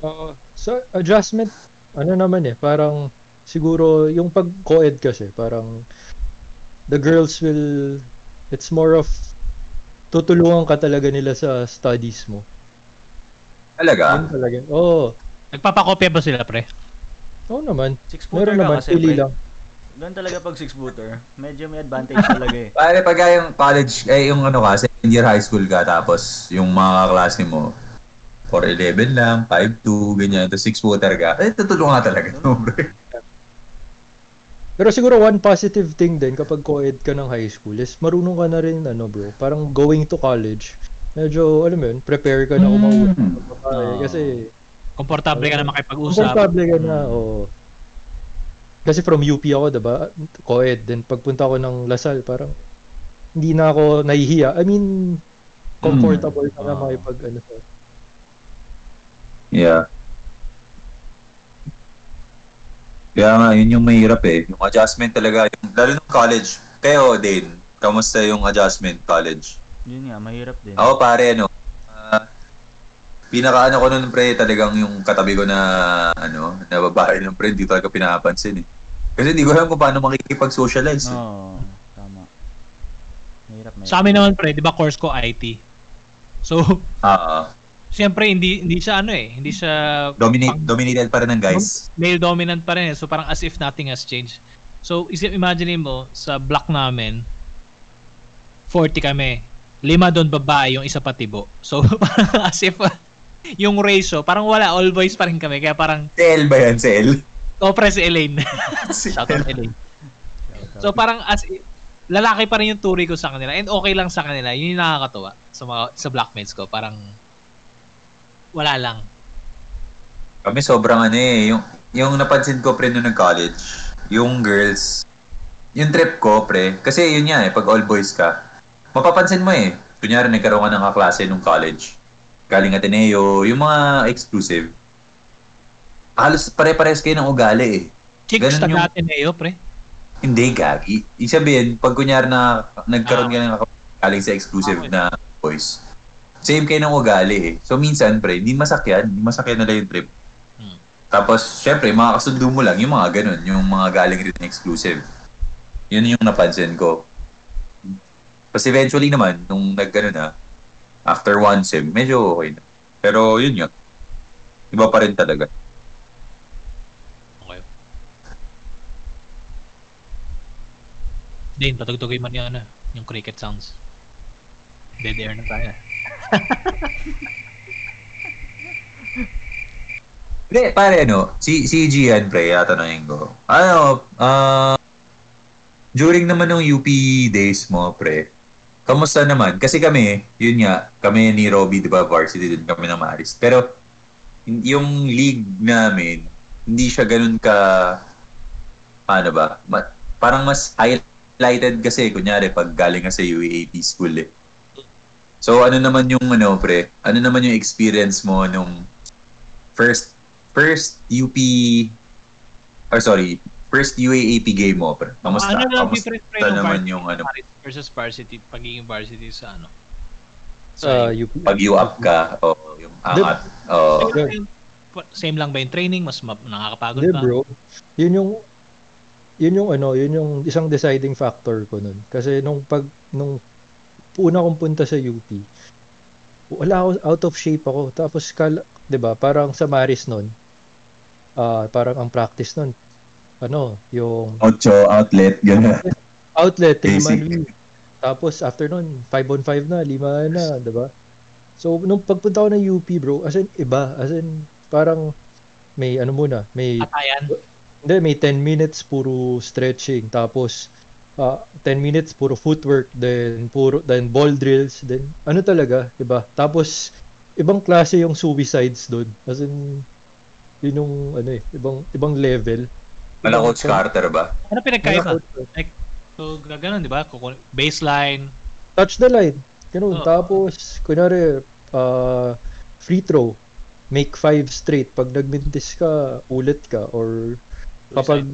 Uh, so, adjustment, ano naman eh, parang siguro yung pag co-ed kasi parang the girls will it's more of tutulungan ka talaga nila sa studies mo. Yun Talaga? talaga. Oo. Nagpapakopya ba sila, pre? Oo naman. Six footer Meron ka naman. kasi. Pili pre. lang. Doon talaga pag six footer, medyo may advantage talaga eh. Pare, pagka yung college, eh yung ano ka, second year high school ka, tapos yung mga kaklase mo, 4'11 lang, 5'2, ganyan, tapos 6 footer ka, eh tutulungan ka talaga. no, bro? Pero siguro one positive thing din kapag co-ed ka ng high school is marunong ka na rin ano bro, parang going to college. Medyo alam mo yun, prepare ka na Mm. umauwi. Hmm. Ah, Kasi Komportable ka na makipag-usap. komportable ka na. oo. Kasi from UP ako, 'di ba? Co-ed then pagpunta ko ng Lasal parang hindi na ako nahihiya. I mean comfortable ka na Ah. makipag ano. sa- Yeah. Kaya nga, yun yung mahirap eh. Yung adjustment talaga. Yung, lalo ng college. Teo, din. Kamusta yung adjustment college? Yun nga, mahirap din. Ako pare, ano, ah, pinakaano ko nun pre, talagang yung katabi ko na, ano, na babae nun pre, hindi talaga pinapansin eh. Kasi hindi ko alam kung paano makikipag-socialize. eh. Oo, tama. Mahirap, mahirap. Sa amin eh. naman, pre, di ba course ko IT? So, Ah, ah. siyempre, hindi, hindi siya ano eh. Hindi siya dominate, pang- dominated pa rin ng guys. male dominant pa rin eh. So parang as if nothing has changed. So isip imagine mo sa block namin 40 kami. Lima doon babae, yung isa pa tibo. So parang as if ah, yung ratio, parang wala all boys pa rin kami. Kaya parang Sel ba yan, Sel? opre si Elaine. Si- Shout out Elaine. So parang as i- lalaki pa rin yung turi ko sa kanila and okay lang sa kanila. Yun yung nakakatuwa sa mga sa blackmates ko. Parang wala lang. Kami sobrang ano eh, yung, yung napansin ko pre nung nag-college, yung girls, yung trip ko pre, kasi yun nga eh, pag all boys ka, mapapansin mo eh, kunyari nagkaroon ka ng kaklase nung college, galing Ateneo, yung mga exclusive, halos pare-pares kayo ng ugali eh. Ganun Chicks taga yung- Ateneo, pre. Hindi, gagi. Ibig sabihin, pag kunyari na nagkaroon ka ng kaklase galing sa exclusive Ah. Okay. na boys, same kayo ng ugali eh. So minsan pre, hindi masakyan, hindi masakyan nila yung trip. Hmm. Tapos, syempre, mga kasundo mo lang, yung mga ganun, yung mga galing rin na exclusive. Yun yung napansin ko. Tapos eventually naman, nung nagano na, after one sim, medyo okay na. Pero yun yun. Iba pa rin talaga. Okay. Din, patugtugin man yung ano, yung cricket sounds. Dead air na tayo. Hindi, pare, ano, si, si Gian, pre, tatanungin ko. Ano, ah, during naman ng UP days mo, pre, kamusta naman? Kasi kami, yun nga, kami ni Robby, di ba, varsity din kami ng Maris. Pero, y- yung league namin, hindi siya ganun ka, paano ba, ma- parang mas highlighted kasi, kunyari, pag galing ka sa UAP school, eh. So, ano naman yung, ano, pre, ano naman yung experience mo nung first first UP or sorry, first UAAP game mo. Pre. Kamusta? ano lang Kamusta different pre ng naman varsity yung ano, versus varsity, pagiging varsity sa ano? Sa Sa UP. pag you up ka o yung angat. Same O, lang ba yung- same lang ba yung training? Mas ma- nakakapagod Hindi ba? bro. Yun yung yun yung ano, yun yung isang deciding factor ko nun. Kasi nung pag nung una kong punta sa UP, wala ako out of shape ako. Tapos kal, 'di ba? Parang sa Maris nun, ah parang ang practice nun ano, yung ocho outlet, gano'n. outlet, Basic. Liman Tapos after nun, 5 on 5 na, lima na, 'di ba? So nung pagpunta ko ng UP, bro, as in iba, as in parang may ano muna, may Patayan. hindi, may 10 minutes puro stretching, tapos ah, 10 minutes puro footwork, then puro then ball drills, then ano talaga, 'di ba? Tapos ibang klase yung suicides doon. As in yun yung ano eh, ibang ibang level. Wala Coach Carter ba? Ano pinagkaiba? Wala So, g- ganun, di ba? Kuku- Baseline. touch the line. Ganun. Oo. Tapos, kunwari, ah, free throw. Make five straight. Pag nagmintis ka, ulit ka. Or kapag,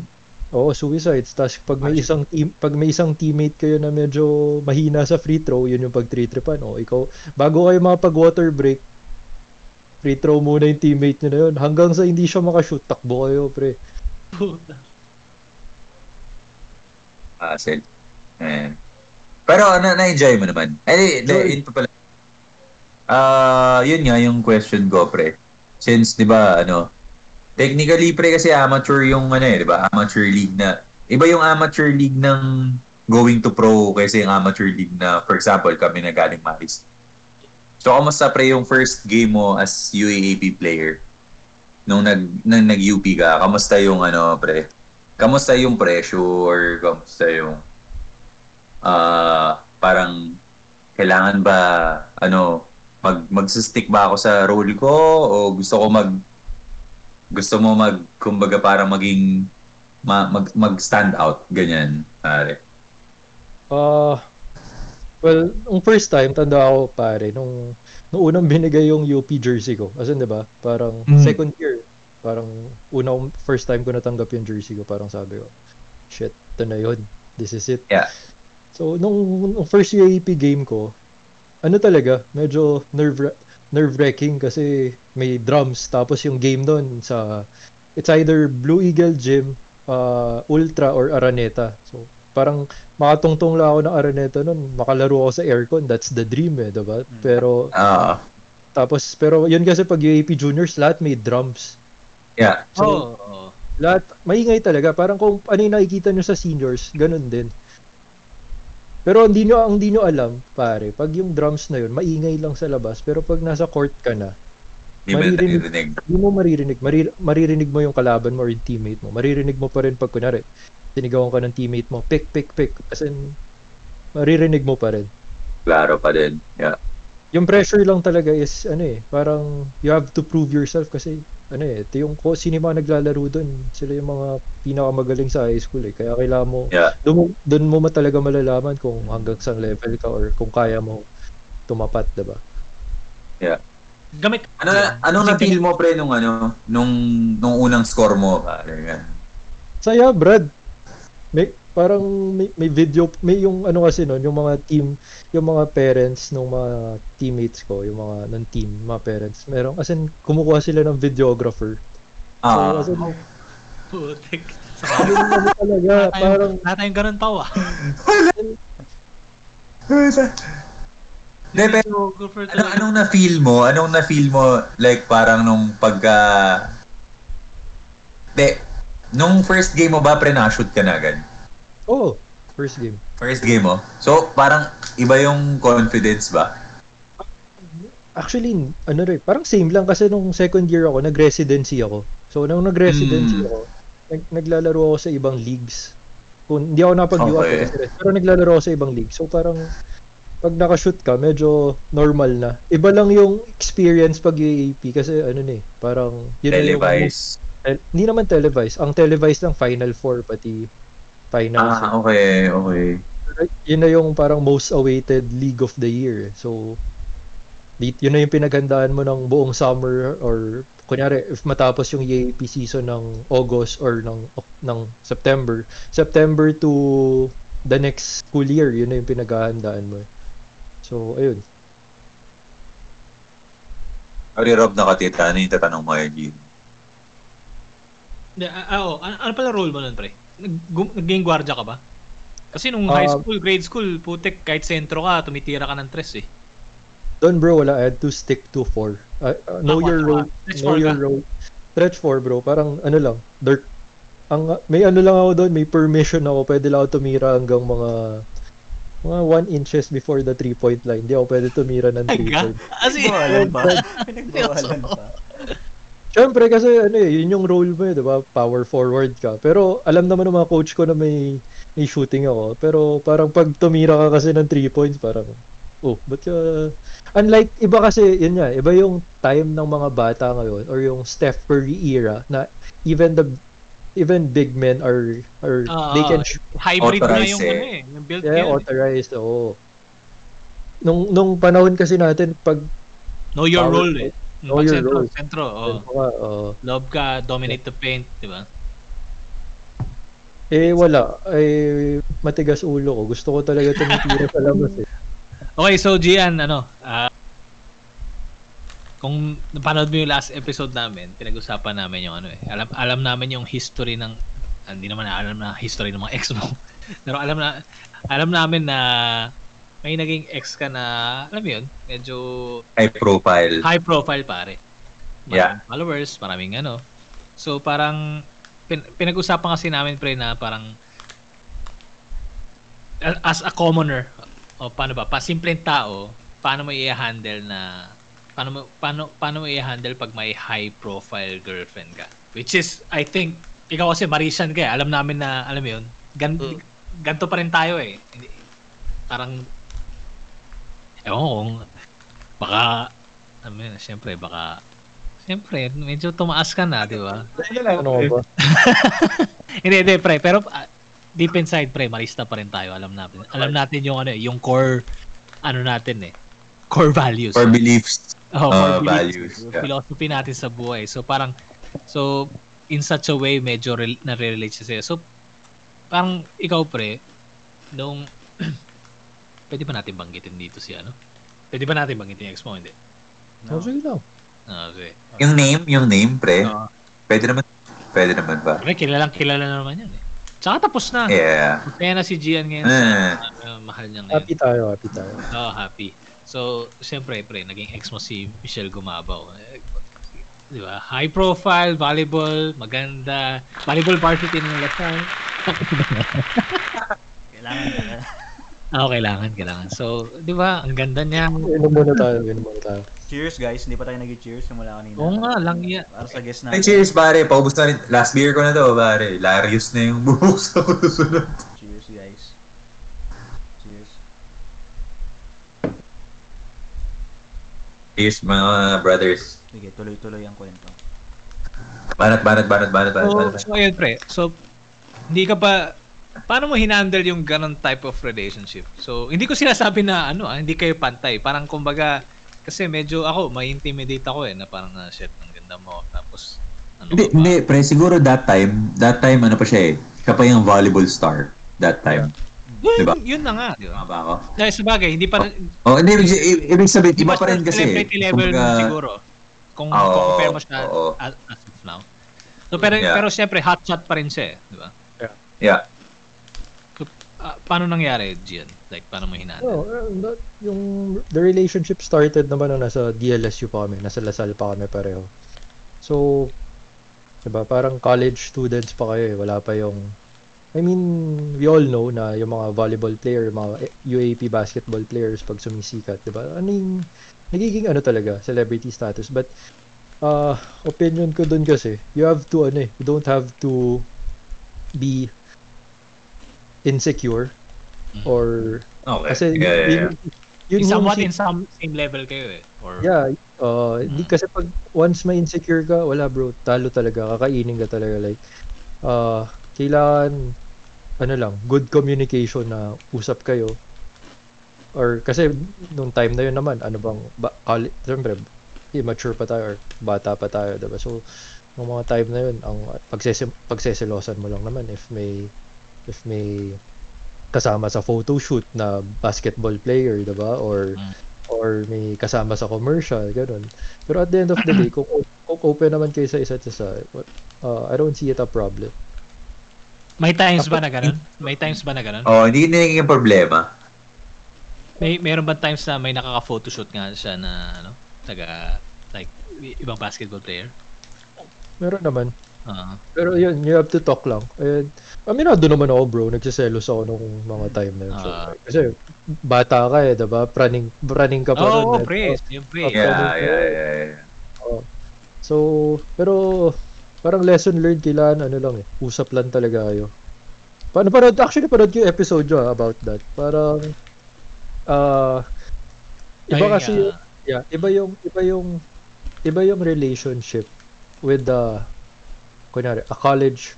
oo, suicides. Tapos pag may isang team, pag may isang teammate kayo na medyo mahina sa free throw, yun yung pag tritripan. O, ikaw, bago kayo makapag water break, free throw muna yung teammate nyo na yun. Hanggang sa hindi siya makashoot, takbo kayo, pre. hassle. Ayan. Pero na na-enjoy mo naman. Ay, na, Enjoy. yun pa pala. Ah, yun nga yung question ko, pre. Since 'di ba, ano, technically pre kasi amateur yung ano eh, 'di ba? Amateur league na. Iba yung amateur league ng going to pro kasi yung amateur league na for example kami na galing Maris. So kamusta pre yung first game mo as UAAP player? Nung nag nang nag-UP ka, kamusta yung ano pre? Kamusta yung pressure? Kamusta yung ah parang kailangan ba ano mag magsistick ba ako sa role ko o gusto ko mag gusto mo mag kumbaga para maging ma, mag mag stand out ganyan pare Ah, well, nung first time, tanda ako pare, nung, nung unang binigay yung UP jersey ko. As in, di ba? Parang Mm. second year. Parang una, kong- first time ko natanggap yung jersey ko. Parang sabi ko, shit, ito na yun. This is it. Yeah. So, nung, nung first UAP game ko, ano talaga, medyo nerve nerve-wracking kasi may drums. Tapos yung game doon sa, it's either Blue Eagle Gym, uh, Ultra, or Araneta. So, parang makatungtong lang ako ng Araneta nun, makalaro ako sa aircon, that's the dream eh, diba? Mm. Pero, ah tapos, pero yun kasi pag UAP juniors, lahat may drums. yeah So, Oo. lahat, maingay talaga. Parang kung ano yung nakikita nyo sa seniors, ganun din. Pero hindi nyo, ang hindi nyo alam, pare, pag yung drums na yun, maingay lang sa labas. Pero pag nasa court ka na, hindi mo na Maririnig. naririnig. hindi mo maririnig. Marir- maririnig mo yung kalaban mo or yung teammate mo. Maririnig mo pa rin pag kunwari, sinigawan ka ng teammate mo, pick, pick, pick. As in, maririnig mo pa rin. klaro pa din yeah Yung pressure lang talaga is, ano eh, parang you have to prove yourself kasi, ano eh, ito yung ko, sino yung mga naglalaro doon. Sila yung mga pinakamagaling sa high school eh. Kaya kailangan mo, Yeah. doon, mo- doon mo ma- talaga malalaman kung hanggang saan level ka or kung kaya mo tumapat, diba? Gamit. ano anong na feel mo pre nung ano nung nung unang score mo pare Yan. Saya, Brad. May, parang may, may video, may yung ano kasi nun, yung mga team, yung mga parents ng mga teammates ko, yung mga ng team, mga parents, merong, as in, kumukuha sila ng videographer. So, ah as in, Putik. yun ano talaga, parang, Parang... Wala tayong ganun tawa. Hindi, pero Gopher Anong, talaga. anong na-feel mo? Anong na-feel mo like parang nung pagka... De, nung first game mo ba pre na-shoot ka na agad? oh, first game. First game mo? So parang iba yung confidence ba? Actually, ano rin, parang same lang kasi nung second year ako, nag-residency ako. So, nung nag-residency Mm. ako, nag- naglalaro ako sa ibang leagues. Kung hindi ako napag-UAP, Okay. kasi- pero naglalaro ako sa ibang league. So, parang pag nakashoot ka, medyo normal na. Iba lang yung experience pag UAP kasi ano na eh, parang yun na yung- Televised. Tel- hindi naman televised. Ang televised lang Final Four, pati finals. Ah, okay, okay. Right? yun na yung parang most awaited league of the year. So, di- yun na yung pinaghandaan mo ng buong summer or kunyari if matapos yung EAP season ng August or ng Oc- ng September, September to the next school year, yun na yung pinaghahandaan mo. So, ayun. Sorry Rob, nakatita. Ano yung tatanong mo yun? Gene? Hindi, ah, ah, oo. ano, ano pala role mo nun, pre? Nag- gu- Naging gwardiya ka ba? Kasi nung high Ah. school, grade school, putik, kahit sentro ka, tumitira ka ng tres eh. Doon bro, wala. I had to stick to 4. Uh, uh, know Tama, your tama. role. Stretch know Ah, four your ka. role. Stretch 4 bro. Parang ano lang. Dirt. Ang, may ano lang ako doon. May permission ako. Pwede lang ako tumira hanggang mga mga 1 inches before the 3 point line. Hindi ako pwede tumira ng 3 Aga? point. As in, Pinagbawalan pa. Pinagbawalan pa. Siyempre kasi ano eh, yun yung role mo eh, di ba? Power forward ka. Pero alam naman ng mga coach ko na may, may shooting ako. Pero parang pag tumira ka kasi ng 3 points, parang oh, but unlike iba kasi yun nga, iba yung time ng mga bata ngayon or yung Steph Curry era na even the even big men are are Ah, they can shoot. hybrid na Authorized yung eh. ano eh. Yung built Yeah, yun. authorized. Oo. Nung nung panahon kasi natin pag Know your Power role eh. Know Pag your sentro, role. Sentro, oh. oo. Love ka, dominate the paint, di ba? Eh, wala. Eh, matigas ulo ko. Gusto ko talaga tumitira sa labas eh. Okay, so Gian, ano, ah, kung napanood mo yung last episode namin, pinag-usapan namin yung ano eh. Alam, alam namin yung history ng, ah, hindi naman alam na history ng mga ex mo. Pero alam na alam namin na may naging ex ka na, alam mo yun, medyo High profile. high profile pare. Maraming Yeah. followers, maraming ano. So parang pin- pinag-usapan kasi namin pre na parang as a commoner o paano ba, pasimpleng tao, paano mo i-handle na paano mo paano paano mo i-handle pag may high profile girlfriend ka? Which is I think ikaw kasi Marisan ka, eh. alam namin na alam mo 'yun. Gan Mm. ganto pa rin tayo eh. Hindi- Parang Ewan ko kung baka alam mo yun, syempre baka Siyempre, medyo tumaas ka na, di ba? Ano ka ba? Hindi, hindi, pre. Pero ah, deep inside, pre, marista pa rin tayo. Alam natin. Alam natin yung ano, eh, yung core, ano natin eh. Core values. Or beliefs. uh, Oh, core beliefs. values. Yung Yeah. philosophy natin sa buhay. So parang so in such a way medyo rel- na-relate siya sa'yo. So parang ikaw pre nung pwede ba natin banggitin dito si ano? Pwede ba natin banggitin yung ex mo? Hindi. Oh, sige lang. Ah, okay. Yung name, yung name, pre. Oo. Ah. Pwede naman. Pwede naman ba? Pre, kilalang kilala na naman yan eh. Tsaka tapos Ah. na. Yeah. Kaya na si Gian ngayon sa Eh, ah, mahal niya ngayon. Happy tayo, happy tayo. Oo, happy. So, siyempre, pre, naging ex mo si Michelle Gumabaw. Eh, Di ba? High profile, volleyball, maganda. Volleyball varsity ng Lasal. Kailangan ka. Oo, Ah, kailangan, kailangan. So, di ba? Ang ganda niya. Inom muna tayo, inom muna tayo. Cheers guys, hindi pa tayo nag-cheers simula kanina. Oo nga, lang yan. Para sa guest Ay, natin. cheers, pare. Paubos na rin. Last beer ko na to, pare. Larius na yung buhok sa susunod. Cheers guys. Cheers. Cheers, mga brothers. Sige, tuloy-tuloy ang kwento. Banat, banat, banat, banat, banat, So, banat. so ayun, pre. So, hindi ka pa... Paano mo hinandle yung ganun type of relationship? So, hindi ko sinasabi na ano, ah, hindi kayo pantay. Parang kumbaga, kasi medyo ako, may intimidate ako eh, na parang, ah, shit, ang ganda mo. Tapos, ano Hindi, ka ba? hindi, pre. Siguro that time, that time, ano pa siya eh. Siya pa yung volleyball star. That time. Yun, Diba? yun na nga, di ba? Tama ba ako? Dahil sa bagay, hindi pa Oh, hindi, i- i- ibig sabihin, iba pa rin kasi. celebrity level Kumbaga, siguro. Kung Oo, compare mo siya oo. as, as of now. So, pero, Yeah. pero siyempre, hotshot pa rin siya, eh, di ba? Yeah. Ah, paano nangyari, Gian? Like, paano mo hinaan? No, uh, not- yung the relationship started naman nung nasa DLSU pa kami, nasa Lasal pa kami pareho. So, 'di ba, parang college students pa kayo eh, wala pa yung I mean, we all know na yung mga volleyball player, yung mga UAP basketball players pag sumisikat, 'di ba? Ano yung nagiging ano talaga, celebrity status. But uh, opinion ko dun kasi, you have to ano eh, you don't have to be insecure Mm. or Okay. kasi yeah, yeah, yeah. yun, yun, yung somewhat si- in some same level kayo eh. Or, Yeah, uh, di Mm. kasi pag once may insecure ka, wala bro, talo talaga, kakainin ka talaga like uh, kailangan ano lang, good communication na usap kayo. Or kasi nung time na yun naman, ano bang ba, kali- syempre, immature pa tayo or bata pa tayo, diba? So, nung mga time na yun, ang pagsesim, pagseselosan mo lang naman if may if may kasama sa photo shoot na basketball player, 'di ba? Or Mm. or may kasama sa commercial, ganun. Pero at the end of the day, kung, kung open naman kayo sa isa't isa, uh, I don't see it a problem. May times ba na ganun? May times ba na ganun? Oh, hindi na naging problema. May meron ba times na may nakaka-photoshoot nga siya na ano, taga like i- ibang basketball player? Meron naman. Ah. Pero yun, you have to talk lang. And, aminado naman ako bro, nagsiselos ako nung mga time na yun. So, Ah. kasi bata ka eh, diba? Praning, praning ka pa Oo, nun, eh. pre, siyempre. Okay. Yeah, yeah, yeah, yeah. So, pero parang lesson learned kailan ano lang eh, usap lang talaga kayo. Paano parod actually parod yung episode yun ah, about that. Parang ah iba Ayun kasi nga. yeah, iba yung iba yung iba yung relationship with the kunyari a college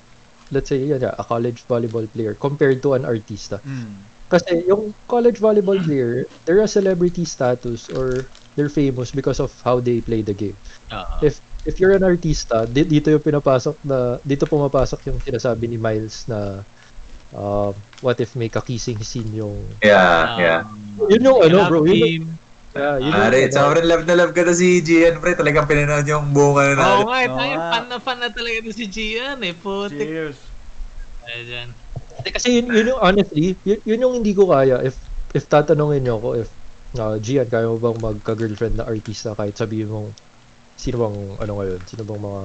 let's say yan yeah, a college volleyball player compared to an artista. Mm. Kasi yung college volleyball player, they're a celebrity status or they're famous because of how they play the game Oo. if if you're an artista, di- dito yung pinapasok na dito pumapasok yung sinasabi ni Miles na um, what if may kakissing scene yung Yeah, Um, yeah. Yun yung ano, bro, yun team. yeah, ah, yun yung- Pare, sobrang love na love ka na si Gian, pre. Talagang pinanood yung buong ano na. Oo nga, eh, tayo, Oo nga. fan na fan na talaga ni si Gian eh, putik. Cheers. Ayan. Hindi, Kasi yun, yun yung honestly, yun, yun yung hindi ko kaya. If if tatanungin niyo ako if uh, Gian, kaya mo bang magka-girlfriend na artista kahit sabihin mong sino bang ano ngayon, sino bang mga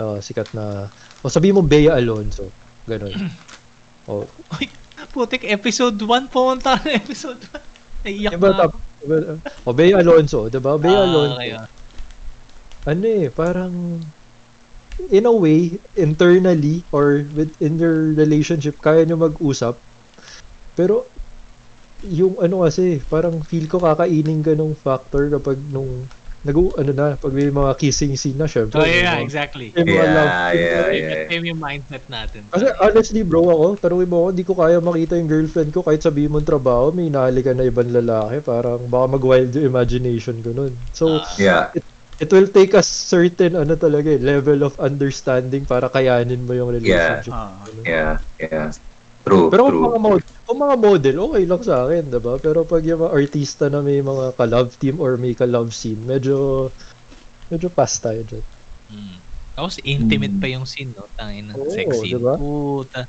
uh, sikat na o sabihin mo Bea Alonzo, ganun. O Putik, episode 1 pumunta ka na episode 1. Naiiyak Diba, na. tap, diba, o Bea Alonzo, diba? Bea Ah, Alonzo. kaya. Ano eh, parang in a way, internally or within your relationship, kaya nyo mag-usap. Pero yung ano kasi, parang feel ko kakainin ka nung factor kapag nung nag ano na, pag may mga kissing scene na, syempre. Oh, may yeah, mga- exactly. may mga love Yeah, scene na. yeah, yeah. Same yung mindset natin. Kasi honestly bro ako, tanungin mo ako, hindi ko kaya makita yung girlfriend ko kahit sabihin mo trabaho, may nahalikan na ibang lalaki, parang baka mag-wild yung imagination ko nun. So, Ah. Yeah. it will take a certain ano talaga eh, level of understanding para kayanin mo yung relationship. Ah. Yeah. Yeah. True. Pero kung true. mga, model, kung mga model, okay lang sa akin, diba? Pero pag yung mga artista na may mga ka-love team or may ka-love scene, medyo medyo pass tayo dyan. Mm. Tapos intimate Mm. pa yung scene, no? Tangin na, Oo, sexy. diba? Puta.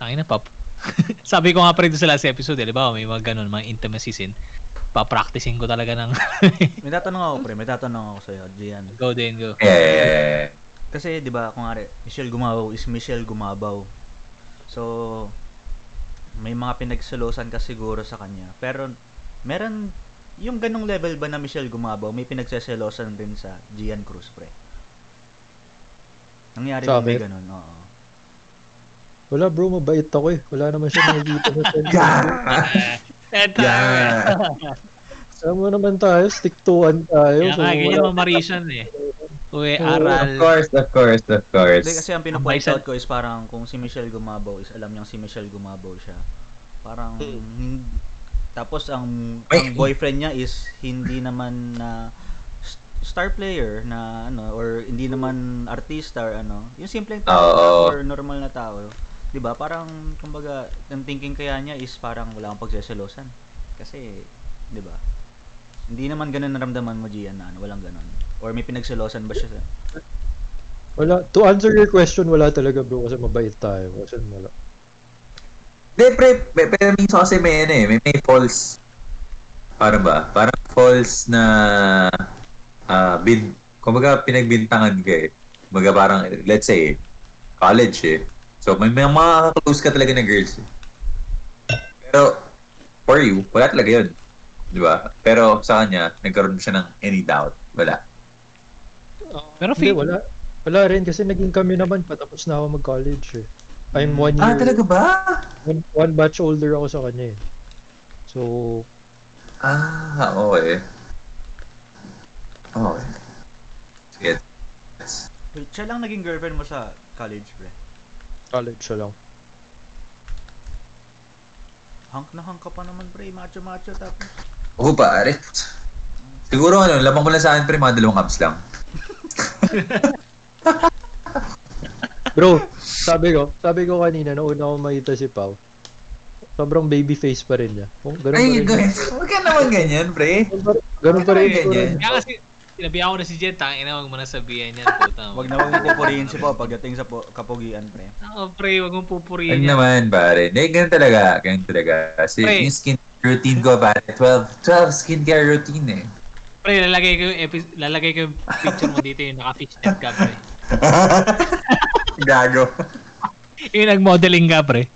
Tangin na, pap. Sabi ko nga pa rin doon sa last episode, eh, di ba? May mga ganun, mga intimacy scene. Papracticing ko talaga ng May tatanong ako, pre. May tatanong ako sa'yo, Gian. go din, go. Yeah, yeah, yeah. Kasi, di ba, kung ari, Michelle Gumabaw is Michelle Gumabaw. So, may mga pinagsalosan ka siguro sa kanya. Pero, meron, yung ganong level ba na Michelle Gumabaw, may pinagsasalosan din sa Gian Cruz, pre. Nangyari Sa ba may akin? ganon? Oo. Wala bro, mabait ako eh. Wala naman siya nakikita na Yeah. Eto, eh. yeah. Sama naman tayo, stick to one tayo. Kaya So, nga, ganyan wala- mga Mauritian, eh. Uwe, Oo, aral. Of course, of course, of course. Hindi kasi ang Ang pinupoint bisan- out ko is parang kung si Michelle Gumabaw is alam niyang si Michelle Gumabaw siya. Parang hin- tapos ang ang Ay. boyfriend niya is hindi naman na s- star player na ano or hindi naman artista or ano. Yung simpleng tao Oo. lang or normal na tao. 'Di ba? Parang kumbaga ang thinking kaya niya is parang wala akong pagseselosan. Kasi 'di ba? Hindi naman ganun naramdaman mo Gian na ano, walang ganun. Or may pinagselosan ba siya sa Wala. To answer your question, wala talaga bro kasi mabait tayo. Kasi wala. Hindi, pre, pe- pero minsan kasi may ano eh, may, may false, ano ba, parang false na, ah, bin, kumbaga pinagbintangan ka eh. Kumbaga parang, let's say, college eh. So, may, may mga close ka talaga na girls eh. Pero, for you, wala talaga yun. Di ba? Pero sa kanya, nagkaroon siya ng any doubt. Wala. Pero feel, Hindi, wala. Wala rin kasi naging kami naman patapos na ako mag-college eh. I'm one year, Ah, talaga ba? one, one batch older ako sa kanya eh. So, Ah, oo eh. Oo eh. Sige. Wait, siya lang naging girlfriend mo sa college, pre. college siya lang. Hank na hank ka pa naman, pre. Macho-macho tapos. Oo, pare. Siguro ano, lamang mo lang sa akin, pre, mga dalawang abs lang. Bro, sabi ko, sabi ko kanina, nung una ko makita si Pau, sobrang baby face pa rin niya. Oh, ganun Ay, pa rin. ganyan. Huwag ka naman ganyan, pre. Ganun pa rin. Ganun pa rin. Ganyan. Ganun kaya kasi, sinabihan ko na si Jen, tangin na, huwag mo na sabihan yan. Puta, Wag na wag mo pupurihin si Pao pagdating sa po- kapugian, pre. Oo, pre, huwag mong Ano pupurihin yan. naman, pare. Hindi, ganyan talaga. Ganyan talaga. Kasi Pre. yung skin routine ko, pare. 12, 12 skincare routine eh. Pre, lalagay ko yung, epi- lalagay ko yung picture mo dito, yung naka-fishnet ka, pre. Gago. Yung nag-modeling ka, pre.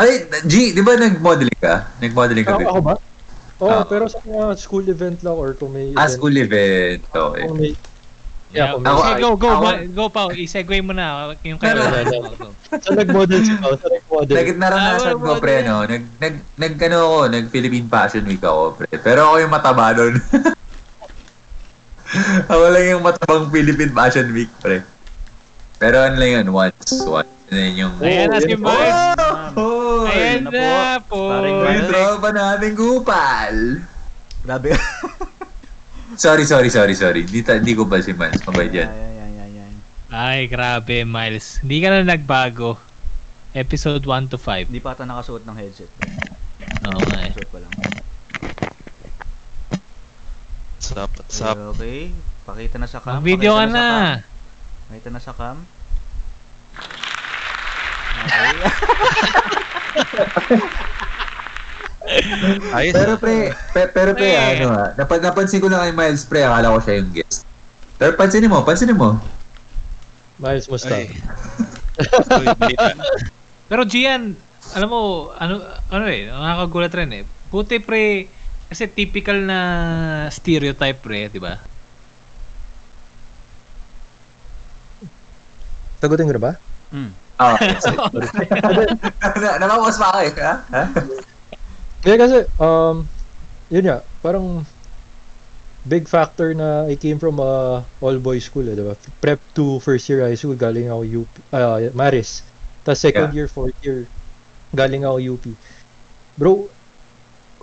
Ay, G, di ba nag-modeling ka? Nag-modeling ka Ako, ako before? ba? Oo, Ah. pero sa mga school event lang or kung may Ah, event- school event. Okay. Kung may, yeah, kung may, eh. Ako- Sige, go, go, ako- ma- go, Pao. I-segue mo na yung kayo. Pero- sa nag-model si Pau, sa nag-model. Nag, naranasan Ah, ko, wala pre, yan. no? Nag, nag, nag, ano ako, nag Philippine Fashion Week ako, pre. Pero ako yung mataba nun. ako lang yung matabang Philippine Fashion Week, pre. Pero ano lang yun, once, once. And then yung... Ayan na si yun. Mars. Oh! Ayan Ayun na na po. Paring Yung Mars. tropa namin gupal. Grabe. Sorry, sorry, sorry, sorry. Hindi, ta- hindi ko ba si Mans? Mabait Ayan, yan. ayan, ayan, ayan, ayan. Ay, grabe, Miles. Hindi ka na nagbago. Episode 1 to 5. Hindi pa ata nakasuot ng headset. Oo nga eh. Suot pa lang. Sap, sap. Ayun, Okay. Pakita na sa cam. Mag-video ka pakita na. sa cam. Pakita na sa cam. Ayos. Pero pre, pe- pero pre, Eh. ano ah, napa- napansin ko lang kay Miles pre, akala ko siya yung guest. Pero pansinin mo, pansinin mo. Miles, musta? Ay. Gusto yung bita. Pero Gian, alam mo, ano, ano eh, nakakagulat rin eh. Puti pre, kasi typical na stereotype pre, di ba? Sagutin ko na ba? Mm. Ah, yes. Na- Nakawas pa ako eh. Ha? Ha? Kaya kasi, um, yun nga, parang big factor na I came from a all-boys school, eh, di ba? Prep to first year high school, galing ako UP, ah, Maris. Tapos second year, fourth year, galing ako UP. Bro,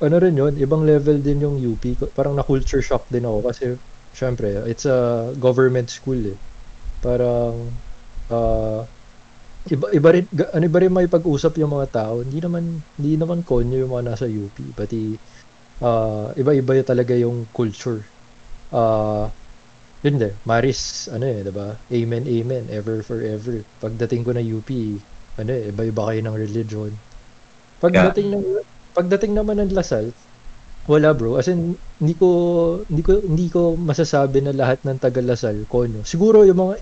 ano rin yun, ibang level din yung UP. ko. Parang na-culture shock din ako kasi, syempre, it's a government school eh. Parang, ah, iba iba rin ga- ano iba rin may pag-usap yung mga tao. Hindi naman hindi naman konyo yung mga nasa UP, pati ah iba-iba yung talaga yung culture. Ah yun din, Maris, ano eh, 'di ba? Amen, amen, ever forever. Pagdating ko na UP, ano eh, iba-iba kayo ng religion. Pagdating ng pagdating naman ng Lasal, wala bro. As in, hindi ko hindi ko hindi ko masasabi na lahat ng taga Lasal konyo. Siguro yung mga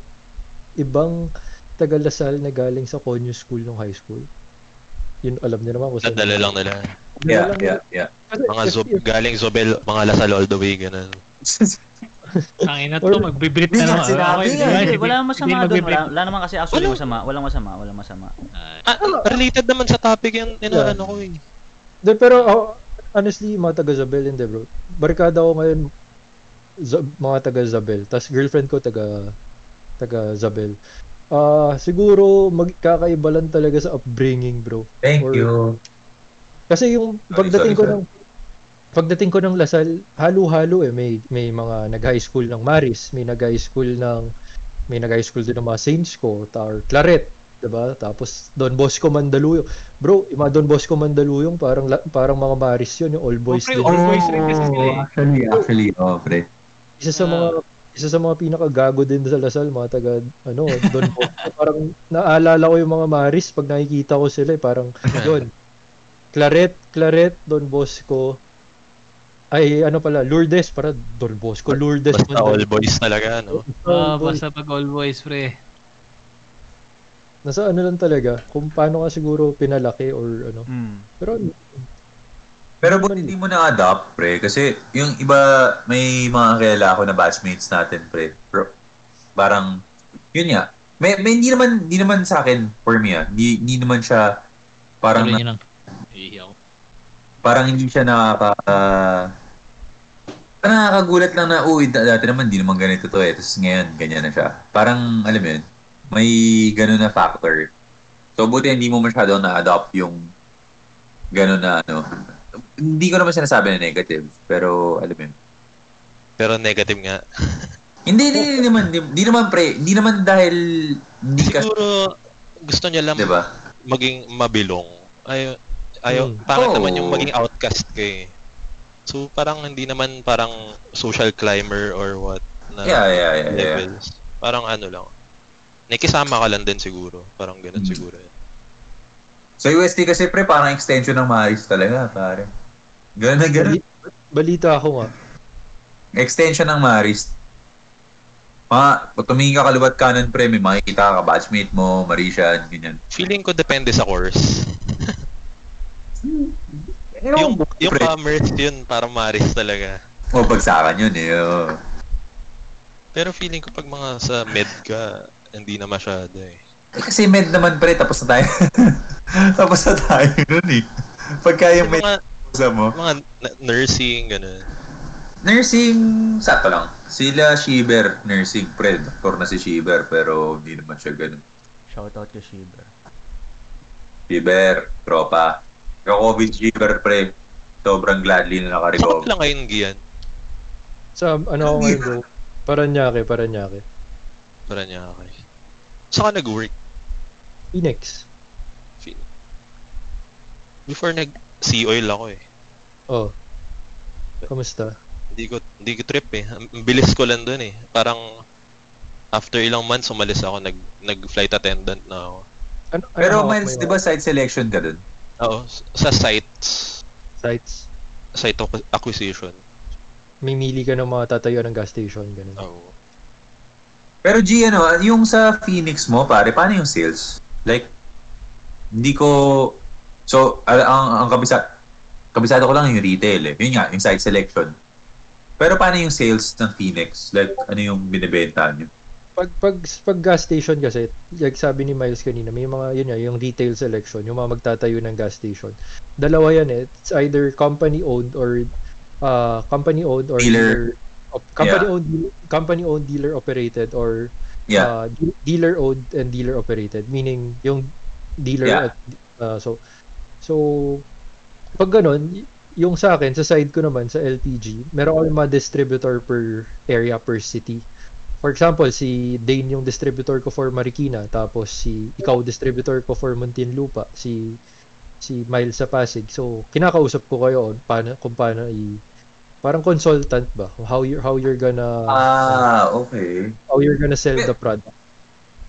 ibang taga Lasal na galing sa Konyo School nung high school. Yun, alam niyo naman kung saan. Nadala lang nila. Yeah, yeah, yeah. Kasi Mga if- zob, if- galing Zobel, mga Lasal all the way, ganun. Ang ina to, Or- magbibrit Hindi na nga naman. sinabi Okay, eh. di ba? Hindi, wala namang Hindi- masama hindi doon. Wala, magbibrit. wala naman kasi actually Wala. masama. Walang masama. Walang masama. Ah, related naman sa topic yung inaano ko eh. De, pero ako, honestly, mga taga Zabel hindi bro. Barkada ko ngayon Za- mga taga Zabel. Tapos girlfriend ko taga taga Zabel. Ah, siguro magkakaiba lang talaga sa upbringing, bro. Thank Or- you. Kasi yung Sorry, pagdating sorry, sorry. ko ng pagdating ko ng Lasal, halo-halo eh may may mga nag-high school ng Maris, may nag-high school ng may nag-high school din ng mga Saints ko, or Claret, 'di ba? Tapos Don Bosco Mandaluyong. Bro, yung mga Don Bosco Mandaluyong parang la- parang mga Maris 'yun, yung all boys Okay, oh, din. all- Boys rin kasi sila eh. actually, actually, oh, pre. Isa sa mga isa sa mga pinakagago din sa Lasal, mga taga ano, Don Bosco. parang naalala ko yung mga Maris pag nakikita ko sila, eh, parang yun. Claret, Claret, Don Bosco. Ay, ano pala, Lourdes, para Don Bosco, Lourdes. Basta all boys talaga, no? Oh, Ah, basta pag all boys pre. Nasa ano lang talaga, kung paano ka siguro pinalaki or ano. Hmm. Mm. Pero Pero buti hindi mo na-adopt, pre. Kasi yung iba, may mga kilala ako na batchmates natin, pre. Pro, parang, yun nga. May, may hindi naman, hindi naman sa akin, for me, ah. Hindi, hindi naman siya, parang, Parang na- yun lang. Ihi ako. parang hindi siya nakaka... parang nakakagulat lang na, uy, da- dati naman, di naman ganito to eh. Tapos ngayon, ganyan na siya. Parang, alam mo yun, may ganun na factor. So, buti hindi mo masyado na-adopt yung ganun na ano. Hindi ko naman sinasabi na negative, pero alam mo yun. Pero negative nga. Hindi, hindi, hindi naman, hindi naman pre, hindi naman dahil hindi ka, Siguro, gusto niya lang di ba? maging mabilong. Ayaw, ayaw, Hmm. parang Oo. naman yung maging outcast kay. So, parang hindi naman parang social climber or what na Yeah, yeah, yeah, yeah. levels. Parang ano lang. Nakisama ka lang din siguro. Parang ganun Hmm. siguro. yun. So, USD kasi pre, parang extension ng Maris talaga, pare. Ganun na ganun. bali- balita ako nga. extension ng Maris. Ma, pag tumingin ka kaliwat kanan pre, may makikita ka, batchmate mo, Marisha, ganyan. Feeling ko depende sa course. yung yung pre. commerce yun, parang maris talaga. O, bagsakan yun eh. oo. Pero feeling ko pag mga sa med ka, hindi na masyado eh. Eh, Kasi med naman pre, tapos na tayo. tapos na tayo nun eh. Pagka yung Yung med mga, sa mo. mga n- nursing, gano'n. Nursing, sakto lang. Sila Shiver, nursing pre. Doktor na si Shiver, pero hindi naman siya ganun. Shoutout kay Shiver. Shiver, tropa. Yung COVID Shiver pre, sobrang gladly na Sakit nakarecover. lang kayo ng Gian. Sa ano ako ngayon bro, Paranaque, Paranaque. Para niya ako eh. Saan ka nag-work? Phoenix. Before nag-sea oil ako eh. Oh. Kamusta? Hindi ko, hindi ko trip eh. Ang ang bilis ko lang dun eh. Parang after ilang months umalis ako, nag, nag-flight attendant na ako. Ano, ano Pero hawak Miles, mo di yung ba side selection ka dun? Oo, s- sa sites, Sites. site acqu- acquisition. Mimili ka ng mga tatayo ng gas station, ganun. Oo. Pero G, ano, yung sa Phoenix mo, pare, paano yung sales? Like, hindi ko... So, al- ang, ang kabisa, kabisado ko lang yung retail eh. Yun nga, yung site selection. Pero paano yung sales ng Phoenix? Like, ano yung binibenta nyo? Pag, pag, pag gas station kasi, like sabi ni Miles kanina, may mga, yun nga, yung retail selection, yung mga magtatayo ng gas station. Dalawa yan eh. It's either company-owned or uh, company-owned or Dealer. op- company-owned, company-owned dealer-operated or Yeah. uh, de- dealer-owned and dealer-operated. Meaning, yung dealer Yeah. at, uh, so, so, pag ganun, y- yung sa akin, sa side ko naman, sa LPG, meron akong mga distributor per area, per city. For example, si Dane yung distributor ko for Marikina, tapos si ikaw distributor ko for Muntinlupa, si si Miles sa Pasig. So, kinakausap ko kayo on paano, kung paano i parang consultant ba how you how you're gonna ah, okay. how you're gonna sell the product.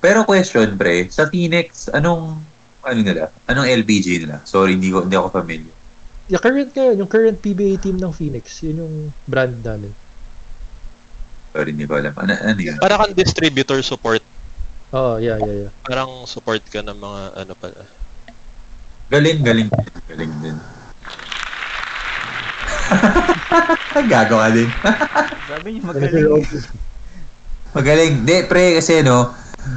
Pero question, pre, sa Phoenix, anong, ano nila? Anong LBG nila? Sorry, hindi ko, hindi ako familiar. Yung current ngayon, yung current PBA team ng Phoenix, yun yung brand namin. Sorry, hindi ko alam. Ano, ano yun? Para kang distributor support, Oh, yeah, yeah, yeah. parang support ka ng mga ano pala. Galing, galing. Galing din. Gago ka din. Sabi niya Pero, magaling. Magaling. Di, pre, kasi no,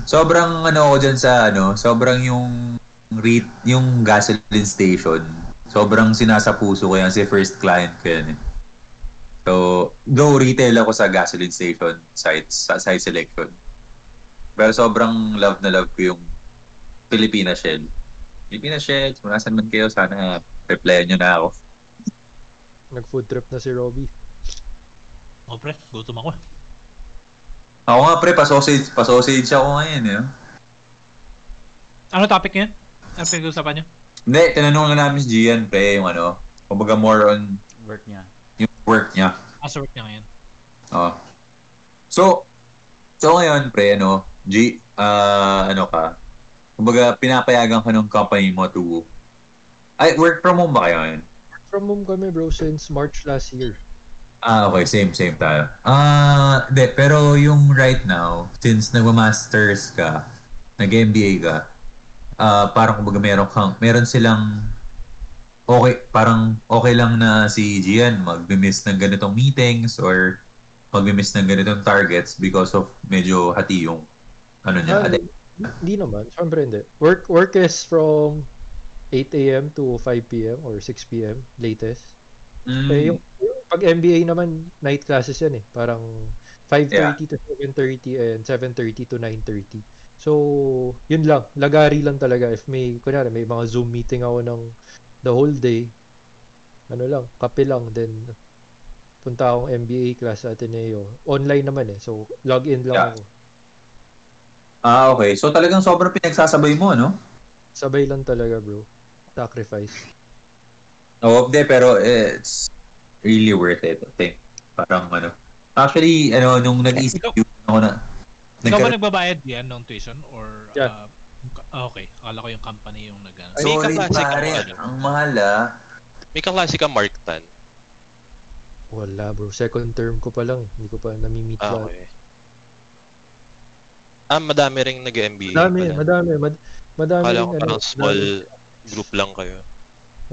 sobrang ano ko dyan sa ano, sobrang yung rate, yung gasoline station, sobrang sinasapuso ko yan kasi first client ko yan. eh. So, go retail ako sa gasoline station sites, sa site selection. Pero sobrang love na love ko yung Filipina Shell. Filipina Shell, kung nasan man kayo, sana replyan nyo na ako. nag-food trip na si Robbie. Oh, pre, gutom ako. Ako nga pre, pa-sausage, pa-sausage ako ngayon. Eh. Ano topic niya? Ano pinag-uusapan niyo? Hindi, tinanong na namin si Gian pre, yung ano, kumbaga more on Work niya. yung work niya. Ah, sa work niya ngayon. Oo. So, so ngayon, pre, ano, G, ah, ano ka, kumbaga, pinapayagan ka ng company mo to, ay, work from home ba kayo ngayon? From home kami bro since March last year. Ah, okay, same, same tayo. Ah, de, pero yung right now, since nagma-masters ka, nag-MBA ka, ah, parang kumbaga meron kang, meron silang, okay, parang okay lang na si Gian mag-miss ng ganitong meetings or mag-miss ng ganitong targets because of medyo hati yung, ano niya, Ah, ade- Hindi naman, syempre hindi. Work, work is from 8 a.m. to 5 p.m. or 6 p.m. latest. Mm, Eh, yung, yung pag MBA naman, night classes yan eh. Parang 5.30 to 7.30 and 7.30 to 9.30. So, yun lang. Lagari lang talaga. If may, kunyari, may mga Zoom meeting ako ng the whole day, ano lang, kape lang, then punta akong MBA class sa Ateneo. Online naman eh. So, log in lang Yeah. ako. ah, okay. So talagang sobrang pinagsasabay mo, no? Sabay lang talaga, bro. Sacrifice. Oo, hindi, pero eh, it's really worth it, I think. Parang ano. Actually, ano, nung nag-isip Ikaw- yun ako na, Ikaw ba nagka- nagbabayad yan ng tuition? Or, ah, Yeah. ah, okay, akala ko yung company yung nag ah. May sorry, kaklase ka pare, mo, ano? ang mahal ah. May kaklase ka Mark Tan. Wala, bro. Second term ko pa lang. eh. Hindi ko pa nami-meet Ah, lahat. okay. Ah, madami ring nag-MBA. Madami, pala. madami. Mad- madami. Akala ko rin, ano, parang small madami- group lang kayo.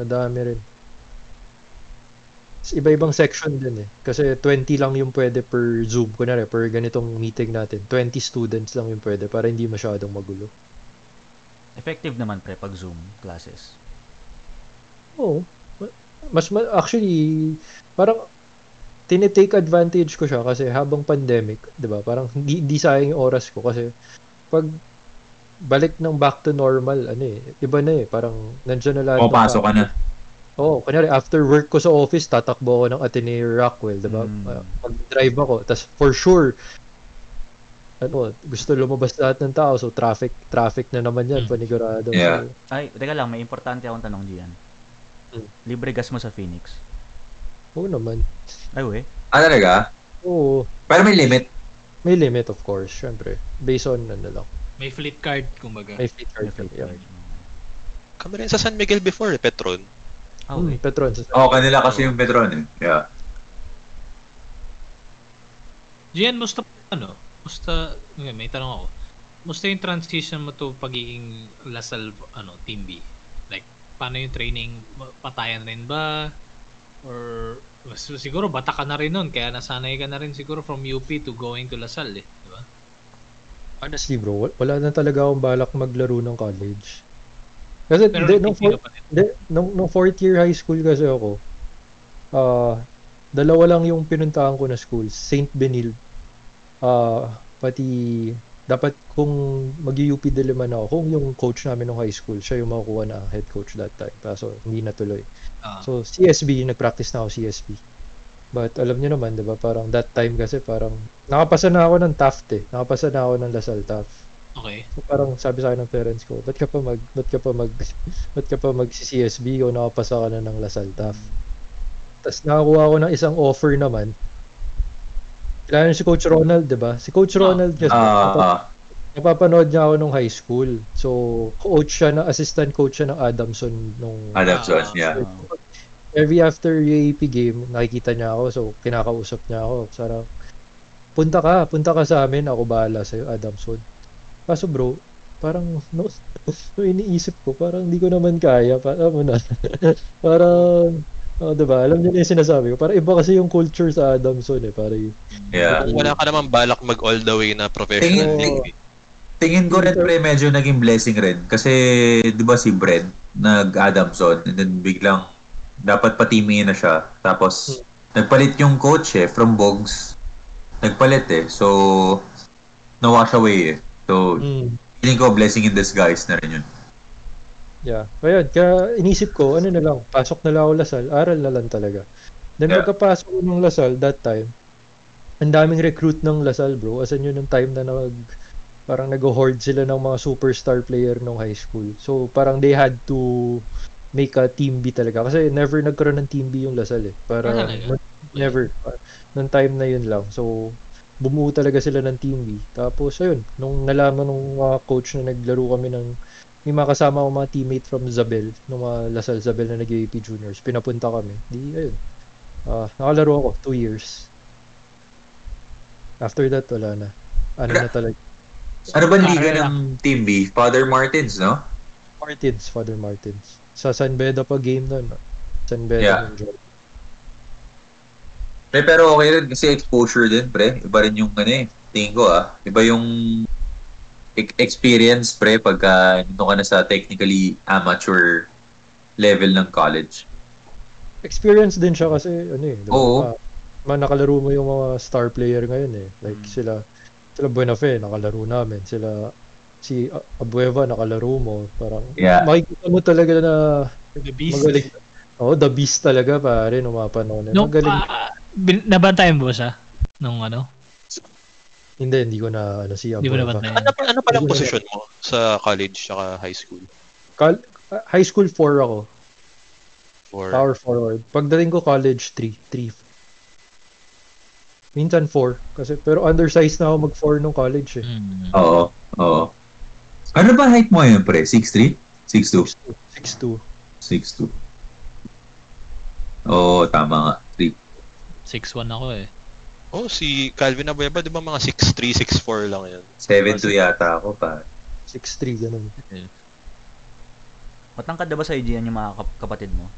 Madami rin. Tapos Iba-ibang section din eh. Kasi 20 lang yung pwede per Zoom. Kunwari, per ganitong meeting natin. 20 students lang yung pwede para hindi masyadong magulo. Effective naman pre pag Zoom classes. Oo. Ma- Mas, ma- actually, parang tinitake advantage ko siya kasi habang pandemic, di ba? Parang hindi, hindi sayang yung oras ko kasi pag balik ng back to normal, ano eh, iba na eh. Parang nandiyan na lahat. O, ng pasok ka na. Oo, oh, kunyari after work ko sa office, tatakbo ako ng Ateneo Rockwell, diba? Hmm. Mm. Ah, Mag-drive ako, tas for sure, ano, gusto lumabas lahat ng tao, so traffic, traffic na naman yan, Mm. panigurado. Yeah. So, Ay, teka lang, may importante akong tanong diyan. Hmm. Libre gas mo sa Phoenix. oo naman. Ay, we. Ah, talaga? Oo, Pero may limit. may limit of course, syempre. Based on, ano lang, May flip card, kumbaga. May flip card. May flip card. Kami rin sa San Miguel before, eh, Petron. Ah, okay. Hmm, Petron. Sa Oo, oh, kanila kasi yung Petron eh. Yeah. Gian, musta, ano? Musta, okay, may tanong ako. Musta yung transition mo to pagiging Lasal, ano, Team B? Like, paano yung training? Ma- Patayan rin ba? Or, mas- siguro bata ka na rin nun, kaya nasanay ka na rin siguro from UP to going to Lasal, eh. Di ba? Honestly bro, wa- wala na talaga akong balak maglaro ng college. Kasi Pero di, nung, nagtitino four- pa rin. di, nung, nung fourth year high school kasi ako, ah dalawa lang yung pinuntahan ko na school, St. Benil. ah pati, dapat kung mag-UP Diliman ako, kung yung coach namin nung high school, siya yung makukuha na head coach that time. Kaso hindi natuloy. Ah. So CSB, nag-practice na ako CSB. But alam niyo naman, 'di ba? Parang that time kasi parang nakapasa na ako ng Taft eh. Nakapasa na ako ng Lasal Taft. Okay. So parang sabi sa akin ng parents ko, "Ba't ka pa mag ba't ka pa mag ba't ka pa mag CSB o nakapasa ka na ng Lasal Taft?" Tapos nakakuha ako ng isang offer naman. Kailangan si Coach Ronald, 'di ba? Si Coach Ah. Ronald kasi Ah, napa- napapanood niya ako nung high school. So coach siya na assistant coach siya ng Adamson nung Adamson, yeah. Ah, every after UAP game, nakikita niya ako. So, kinakausap niya ako. Sarang, punta ka, punta ka sa amin. Ako bahala sa'yo, Adamson. Kaso bro, parang, no, no iniisip ko, parang hindi ko naman kaya. Parang, mo na. parang, oh, diba, alam niyo na yung sinasabi ko. Parang iba kasi yung culture sa Adamson eh. Parang, Yeah. Kung wala ka naman balak mag all the way na professional Tingin- league. eh. Tingin ko rin pre, medyo naging blessing rin. Kasi, di ba si Brad, nag-Adamson, and then biglang, dapat patimiin na siya. Tapos, nagpalit yung coach eh, from Bogs. Nagpalit eh. So, na-wash away eh. So, mm, feeling ko blessing in disguise na rin yun. Yeah. Kaya, kaya inisip ko, ano na lang, pasok na lang ako Lasal, aral na lang talaga. Then Yeah. pagkapasok ko ng Lasal that time, ang daming recruit ng Lasal bro. Asan yun yung time na nag, parang nag-hoard sila ng mga superstar player ng high school. So parang they had to make a team B talaga. Kasi never nagkaroon ng team B yung Lasal eh. Para, Ah, talaga? never. Nung time na yun lang. So, bumuo talaga sila ng team B. Tapos, ayun, nung nalaman ng mga coach na naglaro kami ng may mga kasama ko mga teammate from Zabel, nung mga Lasal Zabel na nag-UAP juniors, pinapunta kami. Di, ayun. Ah, nakalaro ako, two years. After that, wala na. Ano na talaga. Ano ba Para liga lang. ng Team B? Father Martins, no? Martins, Father Martins. Sa San Beda pa game nun. ah. San Beda Yeah. ng Jordan. Pre, pero okay rin kasi exposure din, pre. Iba rin yung ano eh. Tingin ko ah. Iba yung e- experience, pre, pagka nito ka na sa technically amateur level ng college. experience din siya kasi ano eh. di ba? Oo. Ah, ma- nakalaro mo yung mga star player ngayon eh. Like Mm. sila sila Buenafe nakalaro namin, sila si A- Abueva nakalaro mo, parang Yeah. makikita mo talaga na The Beast. magaling. Oh, the beast talaga pare nung mga panahon. na yun. Nung, magaling. ah, bin- nabantayan mo ba siya? Nung ano? Hindi, hindi ko na ano si Hindi mo Abueva. nabantayan. Ano pa ano pa lang Hindi ko position mo sa college saka high school? Kal- ah, high school 4 ako, For power forward. Pagdating ko college 3, 3. Minsan 4 kasi pero undersized na ako mag 4 nung college eh. Hmm. Oo. Oo. Ano ba height mo yun, pre? 6'3"? 6'2"? 6'2. 6'2". Oo, tama nga. 3. 6'1 ako eh. Oh, si Calvin Abueva, di ba mga 6'3", 6'4 lang yun? 7'2 yata ako pa. 6'3 ganun. Matangkad na ba sa IGN yung mga kap- kapatid mo?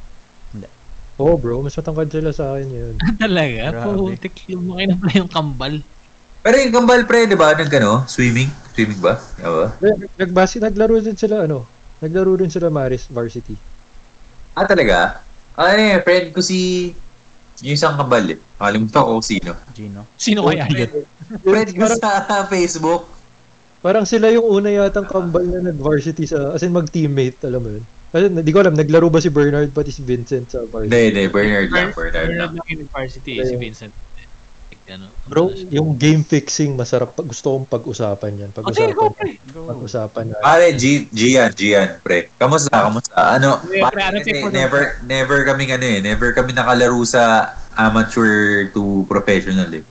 Oo bro, mas matangkad sila sa akin yun. Talaga? Grabe. Putik, lumaki na pala yung kambal. Pero yung kambal, pre, di ba? Nag ano? Swimming? Swimming ba? Oo. Nag- Nagbasi, naglaro din sila ano, naglaro din sila Maris Varsity. Ah, talaga? Ah, ano eh, friend ko si... Yung isang kambal eh. Nakalimutan ko kung sino. Gino? Sino kaya yun? Friend ko sa Facebook. Parang sila yung una yatang kambal na nag-varsity sa, as in mag-teammate, alam mo yun. Kasi hindi ko alam, naglaro ba si Bernard pati si Vincent sa Hindi, varsity? hindi. Bernard lang. Bernard lang. lang yung varsity, eh, si Vincent. Like, ano, Bro, yung game fixing, masarap. Pag, gusto kong pag-usapan yan. Okay, Pag-usapan, go pre! Bro, pag-usapan na. Pare, G, Gian, Gian, pre. Kamusta, kamusta? Ano, Pre, pare, pre, ano kasi take mo never, never kaming ano eh, never kami nakalaro sa amateur to professional eh.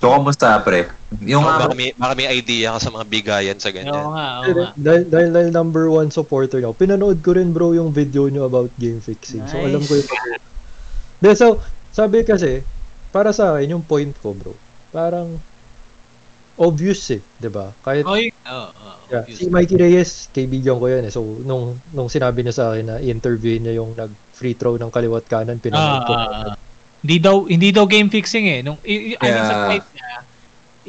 So, kumusta, pre? Yung, Yung um, baka, may, baka may idea ka sa mga bigayan sa Oo ganyan. nga, oo Pero nga. Dahil, dahil, dahil number one supporter niyo, pinanood ko rin bro yung video niyo about game fixing. So Nice. alam ko yung... De, so, sabi kasi, para sa akin, yung point ko bro, parang obvious eh, di ba? Kahit Oh, yun. Oo, oo, Yeah. Si obvious. Mikey Reyes, kaibigan ko yan eh. So, nung, nung sinabi niya sa akin na i-interview niya yung nag-free throw ng kaliwat kanan, pinanood Ah, ko. ah, ah. hindi daw hindi daw game fixing eh. Nung i- i- ano sa Yeah. fight niya,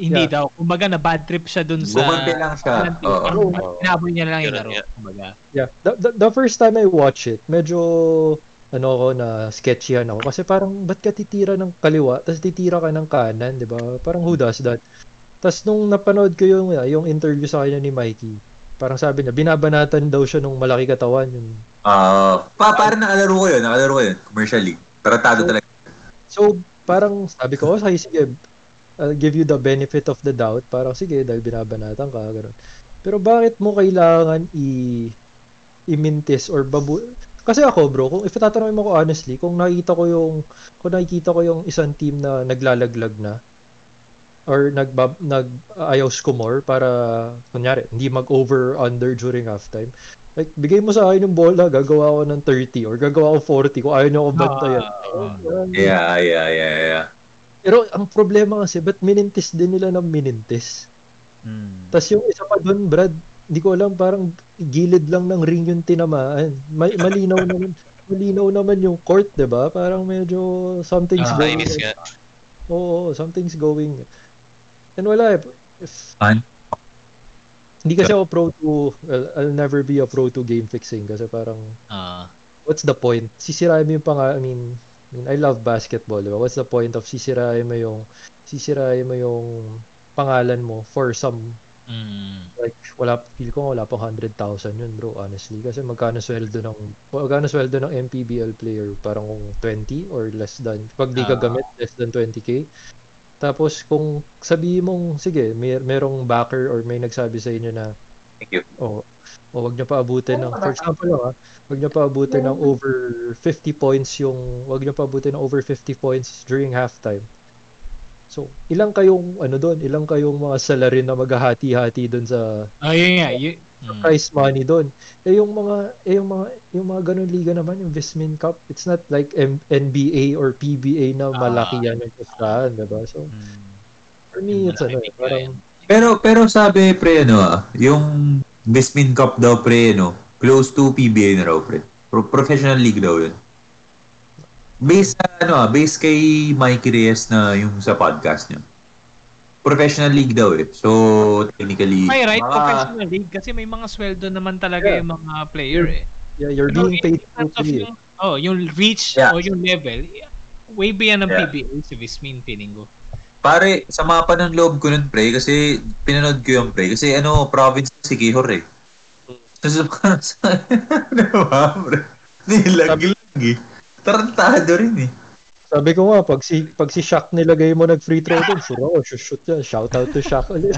hindi Yeah. daw. Kumbaga na bad trip siya dun sa Bumante lang siya. Bumante. Oo. Parang Pinaboy niya lang yung Ganun laro. nga. Kumbaga. Yeah. The, the, the first time I watch it, medyo ano ako na sketchyhan ako kasi parang ba't ka titira ng kaliwa tapos titira ka ng kanan, 'di ba? Parang who does that? Tapos nung napanood ko yung yung interview sa kanya ni Mikey, parang sabi niya binabanatan daw siya nung malaki katawan yung ah, pa, parang nakalaro ko yun, nakalaro ko yun. Commercial league. Tratado talaga. So, parang sabi ko, oh, sige, sige, I'll give you the benefit of the doubt. Parang, sige, dahil binabanatan ka, ganun. Pero bakit mo kailangan i imintis or babu... Kasi ako, bro, kung if tatanungin mo ko honestly, kung nakita ko yung kung nakikita ko yung isang team na naglalaglag na or nagbab, nag ayaw score para kunyari hindi mag over under during halftime like bigay mo sa akin yung bola gagawa ko ng 30 or gagawa ko 40 kung ayaw niyo ako Ah, bantayan Parang- Yeah, yeah, yeah, yeah. pero ang problema kasi, ba't minintis din nila ng minintis? Hmm. Tapos yung isa pa doon, Brad, hindi ko alam, parang gilid lang ng ring yung tinamaan. Ma- malinaw naman malinaw naman yung court, 'di ba? Parang medyo Ah, something's going. Chinese nga. Oo, something's going. And wala eh. If- Fine. Hindi kasi ako pro to, well, I'll never be a pro to game fixing kasi parang Ah. what's the point? Sisirain mo yung pang, I mean, I mean, I love basketball, di ba? What's the point of sisirain mo yung, sisirain mo yung pangalan mo for some, mm. like, wala, feel ko wala pang 100,000 yun, bro, honestly. Kasi magkano sweldo ng, magkano sweldo ng MPBL player? Parang kung 20 or less than, pag di ka Ah. gamit, less than 20k. Tapos kung sabihin mong, sige, mer merong backer or may nagsabi sa inyo na, Thank you. o, o wag niyo pa abutin ng for example lang ah, wag niyo pa abutin ng over 50 points yung wag niyo pa abutin ng over 50 points during halftime. So, ilang kayong ano doon, ilang kayong mga salary na maghahati-hati doon sa Oh, yun nga. Yun, mm. prize money doon. Eh yung mga eh yung mga yung mga ganun liga naman yung Vismin Cup, it's not like M- NBA or PBA na Ah. malaki yan ang pustahan, 'di ba? So, Hmm. for me Mm. it's ano, eh, Malaki parang Pero, pero sabi, pre, ano ah, yung Bismin Cup daw, pre, ano, close to PBA na raw, pre. Pro- professional league daw yun. Based sa, ano ah, based kay Mikey Reyes na yung sa podcast niya. Professional league daw eh. So, technically, May right mga- professional league kasi may mga sweldo naman talaga Yeah. yung mga player eh. yeah, you're Pero being in- paid in to terms of play. eh. yung, oh, yung reach Yeah. o yung level, way beyond ng Yeah. PBA si Vismin feeling ko. Pare, sama pa ng loob ko nun, pre, kasi pinanood ko yung pre. Kasi ano, province si Kihor eh. So, sa sa... Ano ba, pre? Nilag-lag eh. Tarantado rin eh. Sabi ko nga, pag si, pag si Shaq nilagay mo nag-free throw dun, sure ako, shoot yan. Shout out to Shaq ulit.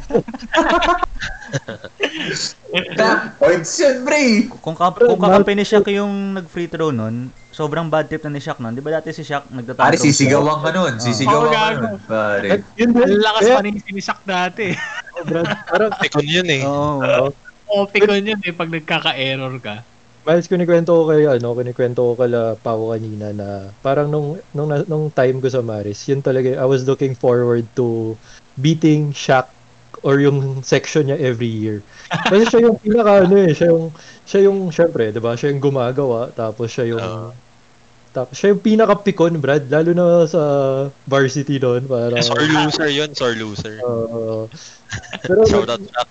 Tap points yun, pre. Kung, ka, Pero kung kakampi mal- ni Shaq yung nag-free throw nun, sobrang bad trip na ni Shaq nun. Di ba dati si Shaq nagtatantrum Pare, siya? sisigawan ka nun. Sisigawan ka Oo, nun, pare. At yun din. Ang lakas Kaya, pa rin sinisak dati. Brad, parang, Tikon yun eh. Oo. Topic ko yun eh pag nagkaka-error ka. Miles, kinikwento ko kay, ano, kinikwento ko kala Pao kanina na parang nung, nung, na- nung time ko sa Maris, yun talaga, I was looking forward to beating Shaq or yung section niya every year. Kasi siya yung pinaka ano eh, siya yung siya yung syempre, 'di ba? Siya yung gumagawa tapos siya yung Oo. tapos siya yung pinaka pikon, Brad, lalo na sa varsity doon para Sore loser yun, sore loser. Oo. pero Shout out Shaq.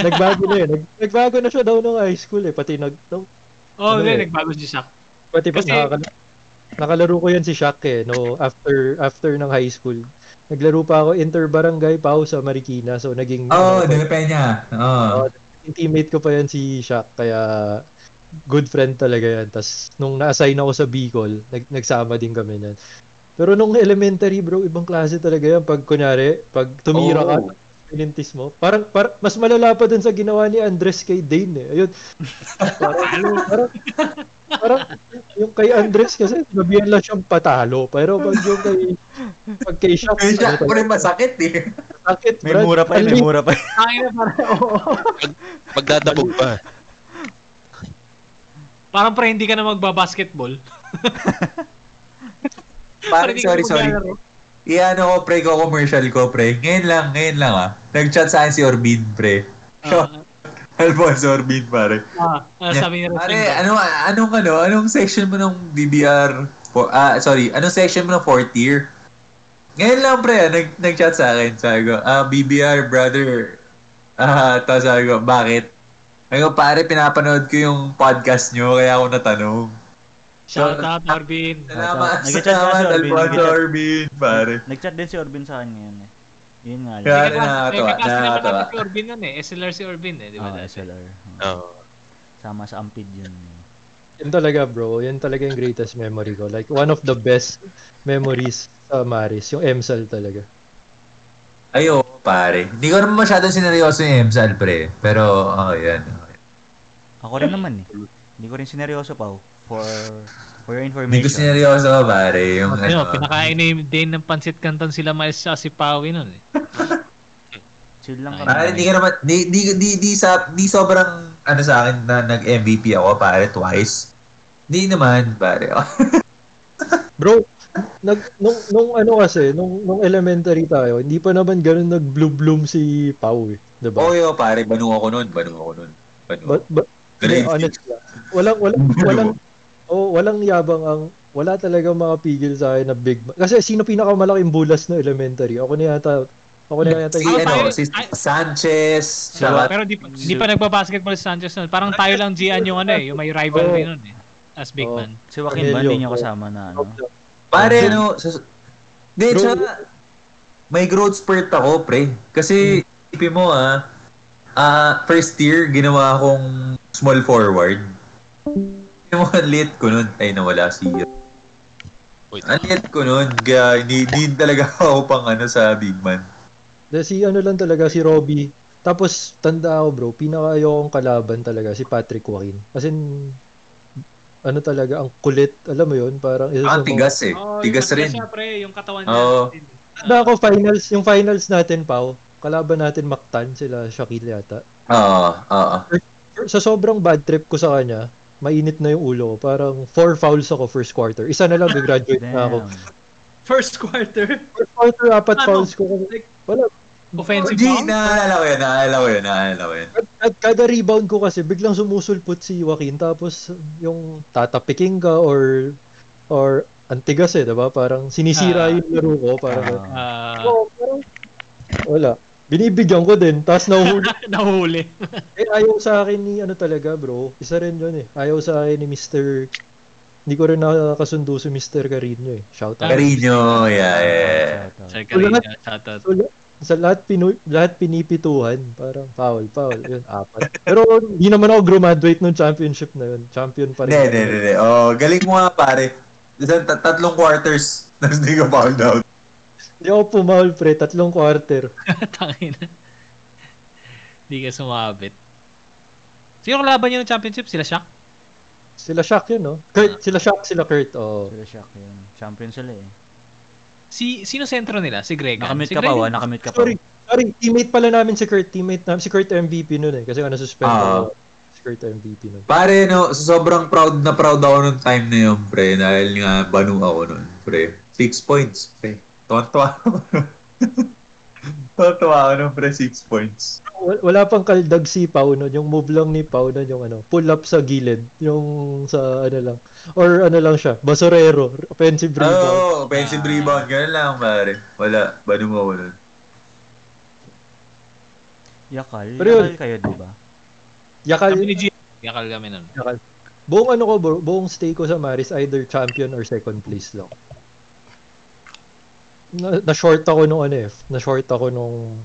nagbago na eh. Nag, nagbago na siya daw nung high school eh. Pati nag nung- Oh, Ano hindi, eh? nagbago si Shaq. pati pa Kasi- nakakal- nakalaro ko yan si Shaq eh no after after ng high school. Naglaro pa ako interbarangay pa ako sa Marikina. So naging Oo, oh, ano, Peña. Oo. Oo, yung teammate ko pa yan si Shaq kaya good friend talaga yan. Tapos nung na-assign ako sa Bicol, nag nagsama din kami niyan. Pero nung elementary bro, ibang klase talaga yan. Pag kunyari, pag tumira ka, Oo. Oh. pinintis mo. Parang, par- mas malala pa dun sa ginawa ni Andres kay Dane eh. Ayun. parang, parang, parang, yung kay Andres kasi, nabihan lang siyang patalo. Pero pag yung kay, Pag kay Shock, Kaya Oh, siya, ano, parang masakit eh. sakit, May Brad. mura pa yun, may Alin? mura pa yun. Ay, parang, Magdadabog pa. parang pre, hindi ka na magbabasketball. Parang hindi ka sorry, sorry. maglalaro. Iyan ako, pre, ko commercial ko, pre. Ngayon lang, ngayon lang ah. Nag-chat sa akin si Orbin, pre. Ah, Alfonso Orbin, pare. ah, ah, sabi niya Pare, rin. ano, anong ano, anong section mo ng DDR, for, ah, sorry, anong section mo ng fourth year? Ngayon lang, pre, ah, nag, nag-chat sa akin. Sabi ko, ah, BBR, brother. Ah, tapos sabi ko, bakit? Sabi ko, pare, pinapanood ko yung podcast nyo, kaya ako natanong. Shout out, Arvin. Salamat, Nag-chat ka, salamat, Sir Orbin, Alfonso nag-chat. Orbin, pare. Nag-chat din si Orbin sa akin ngayon eh. Yun nga Kaya- lang. Pare, nakakatawa, Kasi naman nakakatawa. namin si Orbin nun eh. SLR si Orbin eh, di ba? Ah, dati? SLR. Oo. Sama sa Ampid yun. eh. Yan talaga bro, yan talaga yung greatest memory ko. Like one of the best memories sa Maris, yung MSL talaga. Ayo, pare. Hindi ko naman masyadong sineryoso yung MSAL, pre. Pero, oh, yan. Ako rin naman eh. Hindi ko rin sineryoso pa. oh. For for your Hindi ko information. sineryoso, pare. Yung, Ano, ano, pinakain na yung din ng pansit canton sila Miles sa si Pawi nun eh. Chill lang pare, Ah, hindi kami. ka naman, di, di, di, di, sa, di sobrang, ano sa akin, na nag-MVP ako, pare, twice. Hindi naman, pare. Bro, nag, nung, nung ano kasi, nung, nung elementary tayo, hindi pa naman ganun nag-bloom-bloom si Pau eh. Diba? Oyo, oh, pare, banu ako nun, banu ako nun. Banu. But, but, Grade hindi, honest lang. Walang, walang, walang, oh, walang yabang ang, wala talaga makapigil sa akin na big, ma- kasi sino pinakamalaking bulas na elementary? Ako na yata, ako na yata, si, Ah, ano, Diba? pare, si ay- Sanchez, tsaka, Pero di, pa- di pa nagbabasketball si Sanchez nun. Parang tayo lang Gian yung ano eh, yung may Oh. rivalry nun eh. As big Oo. man. Si Joaquin ba Cornelio. hindi niya kasama na ano? pare, ano, sa, di, Bro. tsaka, may growth spurt ako, pre. Kasi, isipin mo, ah, ah, first year, ginawa akong small forward. Yung mga late ko nun, ay nawala si Wait. Ang liit ko nun, kaya hindi, hindi talaga ako pang ano sa big man. De, si ano lang talaga, si Robbie. Tapos, tanda ako bro, pinaka ayokong kalaban talaga, si Patrick Joaquin. As in, ano talaga, ang kulit, alam mo yun, parang isa Ang sa mga... tigas eh. tigas rin. Oh. Oh, ano Siya, pre, yung katawan niya. Oo. niya. Tanda ako, finals, yung finals natin, Pau, kalaban natin Mactan, sila Shaquille yata. Oo, oo. Sa sobrang bad trip ko sa kanya, mainit na yung ulo ko. Parang four fouls ako first quarter. Isa na lang, gagraduate na ako. Damn. First quarter. First quarter, Ano? apat fouls ko. Wala, Offensive G, foul? naalala ko yan, naalala ko yan, naalala ko yan. At, at kada rebound ko kasi biglang sumusulpot si Joaquin tapos yung tatapiking ka or or antigas eh, 'di ba? Parang sinisira Ah. yung laro ko parang Ah. Ah, Oo, parang wala. Binibigyan ko din tapos nahuhuli. nahuli. eh, ayaw sa akin ni ano talaga, bro. Isa rin 'yun eh. Ayaw sa akin ni Mr. Hindi ko rin nakakasundo si Mr. Carino eh. Shout out. Carino, yeah, yeah. Shout out. Sir Carina, shout out. So, la- sa lahat, pinu- lahat pinipituhan, parang foul, foul, yun, apat. Pero hindi naman ako graduate nung championship na yun. Champion pa rin. Hindi, hindi, hindi, hindi. Oh, galing mo nga pare. Isang tat- tatlong quarters, tapos hindi ka fouled out. Hindi ako pumaul, pre. Tatlong quarter. Tangina. Hindi ka sumabit. Sino kalaban niyo ng championship? Sila Shaq? Sila Shaq yun, no? Kurt, sila Shaq, sila Kurt, oo. Sila shock yun. Champion sila eh. Si, sino sentro nila? Si Greg. si Nakamute ka pa, Gregan. wa? Nakamute ka pa. Sorry, sorry, teammate pala namin si Kurt. Teammate namin, si Kurt MVP nun eh. Kasi nga nasuspend Ah. ako. Si Kurt MVP nun. Pare, no, sobrang proud na proud ako nung time na yun, pre. Dahil nga, banu ako nun, pre. Six points, pre. Tuwan-tuwa ako. Tuwan-tuwa ako nun, pre. Six points. Wal- Wala pang kaldag si Pau nun. Yung move lang ni Pau nun, yung ano, pull up sa gilid. Yung sa ano lang. Or ano lang siya, basurero. Offensive rebound. Oo, oh, offensive rebound. Ganun lang, pare. Wala. Banu mo ako nun. Yakal. Pero yun. Yakal kayo, di ba? Yakal, Kami ni G. Yakal kami nun. yakal. Buong ano ko, bu- buong stay ko sa Maris, either champion or second place lang. Na, na-short ako nung ano eh, na-short ako nung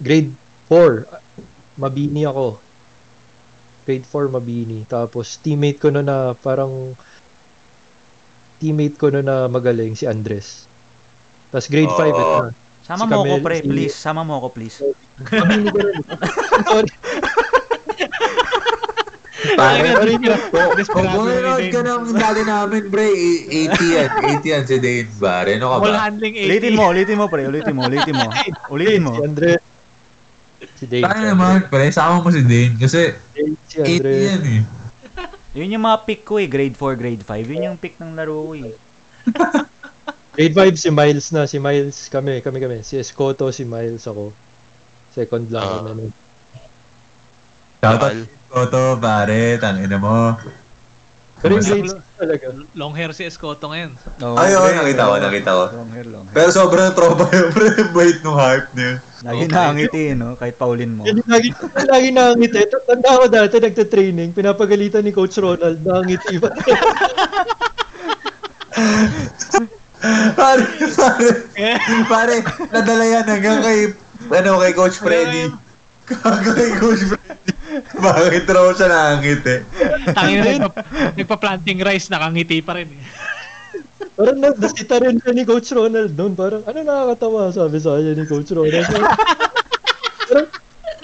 grade 4. Mabini ako. Grade 4, mabini. Tapos teammate ko na na parang teammate ko na na magaling si Andres. Tapos grade eh. 5 ito Oo. na. Sama Si mo ako, Camel, pre. si- Please. Sama mo ako, please. Mabini ko rin. Sorry. Pare, Ay, pare. Kung Desperado na bumunod ni ka Dane. ng dali namin, bre, i- 80 yan. 80 yan si Dane, pare. Ano ka ba? Ball handling 80. Ulitin mo, ulitin mo, pre. Ulitin mo, ulitin mo. Ulitin mo. Si Andre. Si Dave. Tara naman, pre. Sama mo si Dane kasi Si 80 Andre. yan eh. Yun yung mga pick ko eh, grade 4, grade 5. Yun yung pick ng laro ko eh. Grade 5 si Miles na. Si Miles kami. Kami kami. Si Escoto, si Miles ako. Second lang Ah. kami. nun. Shoutout Toto, pare. Tangina mo. Pero yung Kamusta? grade 6 talaga. Long hair si Escoto ngayon. Oh, Ay, oo, nakita ko, nakita ko. Long hair, long hair. Pero sobrang tropa yung pre. Bait nung hype niya. Lagi Okay. nakangiti eh, no? Kahit paulin mo. Yan yung lagi, yung lagi nangangiti. Tanda ko dati, nagta-training. Pinapagalitan ni Coach Ronald. Nangangiti ba? Pare, pare. Pare, nadala yan hanggang kay, ano, kay Coach Freddy. Hanggang kay Coach Freddy. Bakit raw siya nakangit eh? Tangin na rin. Nagpa-planting rice, nakangiti pa rin. eh. Parang nagdasita rin siya ni Coach Ronald noon. Parang, ano nakakatawa, sabi sa kanya ni Coach Ronald. parang,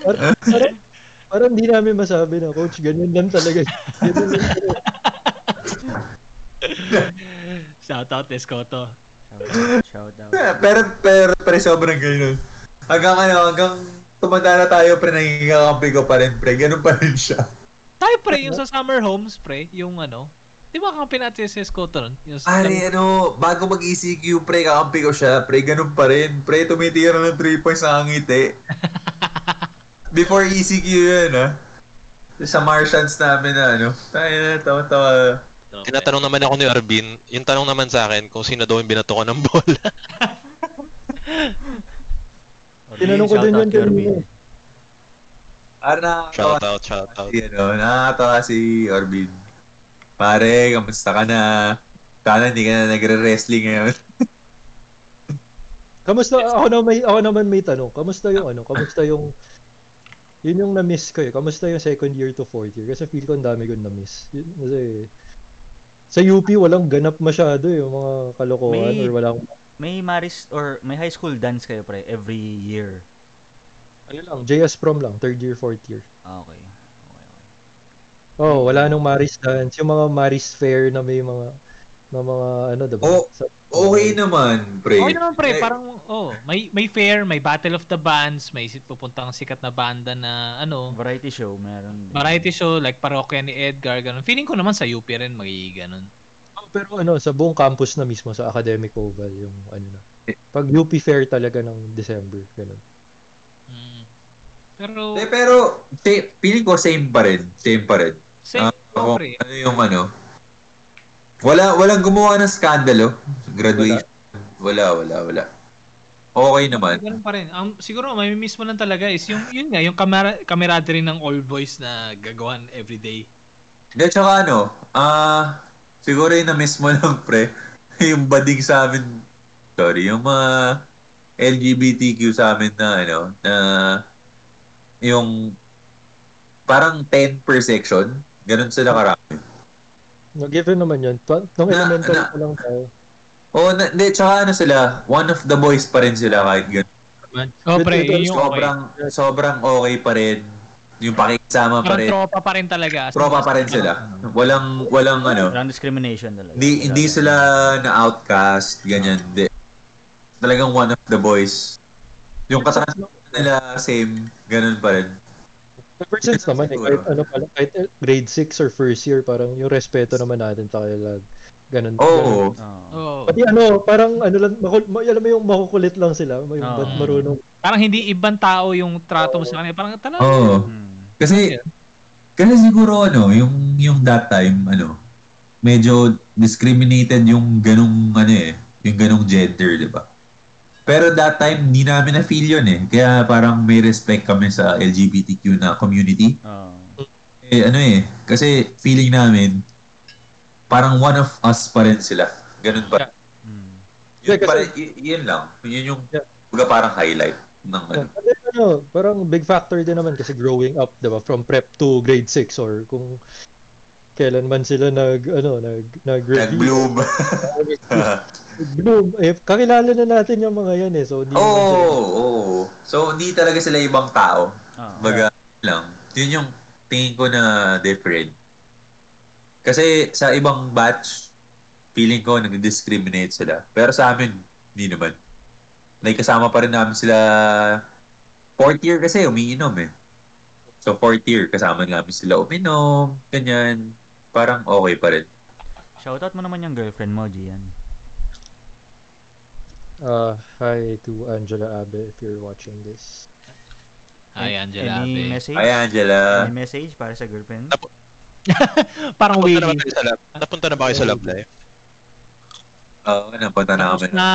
parang, parang, parang di namin masabi na, Coach, ganyan lang talaga. Ganyan lang talaga. Shoutout Escoto. Shout out. Yeah, Eh, pero, pero, pero sobrang ganyan. Hanggang ano, hanggang tumanda na tayo, pre, naging kakampi ko pa rin, pre. Ganun pa rin siya. Tayo pre, yung sa summer homes pre, yung ano. Di ba kampi natin si Escoto nun? Yung sa- Pare, ano, bago mag-ECQ, pre, kakampi ko siya, pre, ganun pa rin. Pre, tumitira ng 3 points na ngiti. Before ECQ yun, ha? Sa Martians namin na, ano, tayo na, tawa-tawa. Tinatanong naman ako ni Arvin, yung tanong naman sa akin kung sino daw yung binato ko ng bola. Orbin, Tinanong ko shout din out yun kay Orbin. kanina. Para Ah, nakakatawa shout out, shout out. si, ano, nakakatawa si Orbin. Pare, kamusta ka na? Sana hindi ka na nagre-wrestling ngayon. Kamusta, ako, na may, ako naman may tanong. Kamusta yung ano? Kamusta yung, yun yung na-miss ko eh. Kamusta yung second year to fourth year? Kasi feel ko ang dami kong na-miss. Yun, kasi, sa UP, walang ganap masyado eh, yung mga kalokohan May- or walang May Maris or may high school dance kayo pre every year. ano lang, JS prom lang, third year, fourth year. Ah, Okay. Okay, okay. Oh, wala nung Maris dance. Yung mga Maris fair na may mga na mga ano, diba? Oh. Sa, Okay naman, pre. Okay naman pre, Eh, parang oh, may may fair, may Battle of the Bands, may sit- pupuntang sikat na banda na ano, Variety show meron. din. variety show like parokya ni Edgar ganun. Feeling ko naman sa UP rin magiging ganun. Oh, pero ano, sa buong campus na mismo sa Academic Oval yung ano na. Pag UP fair talaga ng December, ganun. Mm. Pero Eh, pero, te, feeling ko same pa rin. Same pa rin. same Ako, ko pre. ano yung ano? Wala, walang gumawa ng skandalo. Graduation. Wala, wala, wala. Okay naman. Ah, Ganun pa rin. Ang siguro may miss mo lang talaga is yung yun nga yung camera camaraderie ng old boys na gagawan everyday. Hindi, tsaka ano, ah, siguro yung na-miss mo lang, pre, yung bading sa amin, sorry, yung mga LGBTQ sa amin na, ano, na, yung, parang 10 per section, ganun sila karami. No, given naman yun. Pa, nung Na- elementary na- pa lang tayo. Oo, oh, hindi, tsaka ano sila, one of the boys pa rin sila kahit ganun. Oh pre, Ito, ito, yun yung okay. Sobrang, sobrang okay pa rin. Yung pakikisama pa Parang rin. tropa pa rin talaga. As in, Tropa pa rin sila. Walang, walang ano, Walang discrimination talaga. hindi, hindi Wala. sila na-outcast, ganyan. Hindi. Talagang one of the boys. Yung kasama nila, same, ganun pa rin. Ever since Ganun naman, eh, siguro. kahit ano pa lang, kahit eh, grade 6 or first year, parang yung respeto naman natin talaga. Ganun. ganun. Oo. Oo. Oo. Pati ano, parang ano lang, makul- ma- alam mo yung makukulit lang sila, Oo. yung ba't marunong Parang hindi ibang tao yung trato mo sa kanila. Parang talaga. Oo. Hmm. Ano Kasi, kasi siguro ano, yung, yung that time, ano, medyo discriminated yung ganung ano eh, yung ganung gender, di ba? Pero that time, hindi namin na-feel yun eh. Kaya parang may respect kami sa LGBTQ na community. Oo. Eh, ano eh, kasi feeling namin, parang one of us pa rin sila. Ganun pa. Hmm. Yun, Yeah, kasi- pa rin, y- yun lang. Yun yung, Yeah. kumbaga parang highlight ng ano. Yeah. And then, ano, parang big factor din naman kasi growing up, 'di ba? From prep to grade 6 or kung kailan man sila nag ano, nag nag Nag-bloom. bloom. Eh, kakilala na natin yung mga yan eh. So Oo, hindi naman oo, sila- oo. So, hindi talaga sila ibang tao. Oo. Baga, lang. Yun yung tingin ko na different. Kasi sa ibang batch, feeling ko nag-discriminate sila. Pero sa amin, hindi naman. Like, kasama pa rin namin sila fourth year kasi umiinom eh. So, fourth year, kasama namin sila uminom, ganyan. Parang okay pa rin. Shoutout mo naman yung girlfriend mo, Gian. Uh, hi to Angela Abe if you're watching this. Hi, An- Angela. Abe. Any message? Ay, Angela. Any message para sa girlfriend? Nap- Parang Napunta naman Willie. kayo sa lab. Napunta na ba kayo sa lab life? Oo, napunta Mm-hmm. na Tapos kami. na.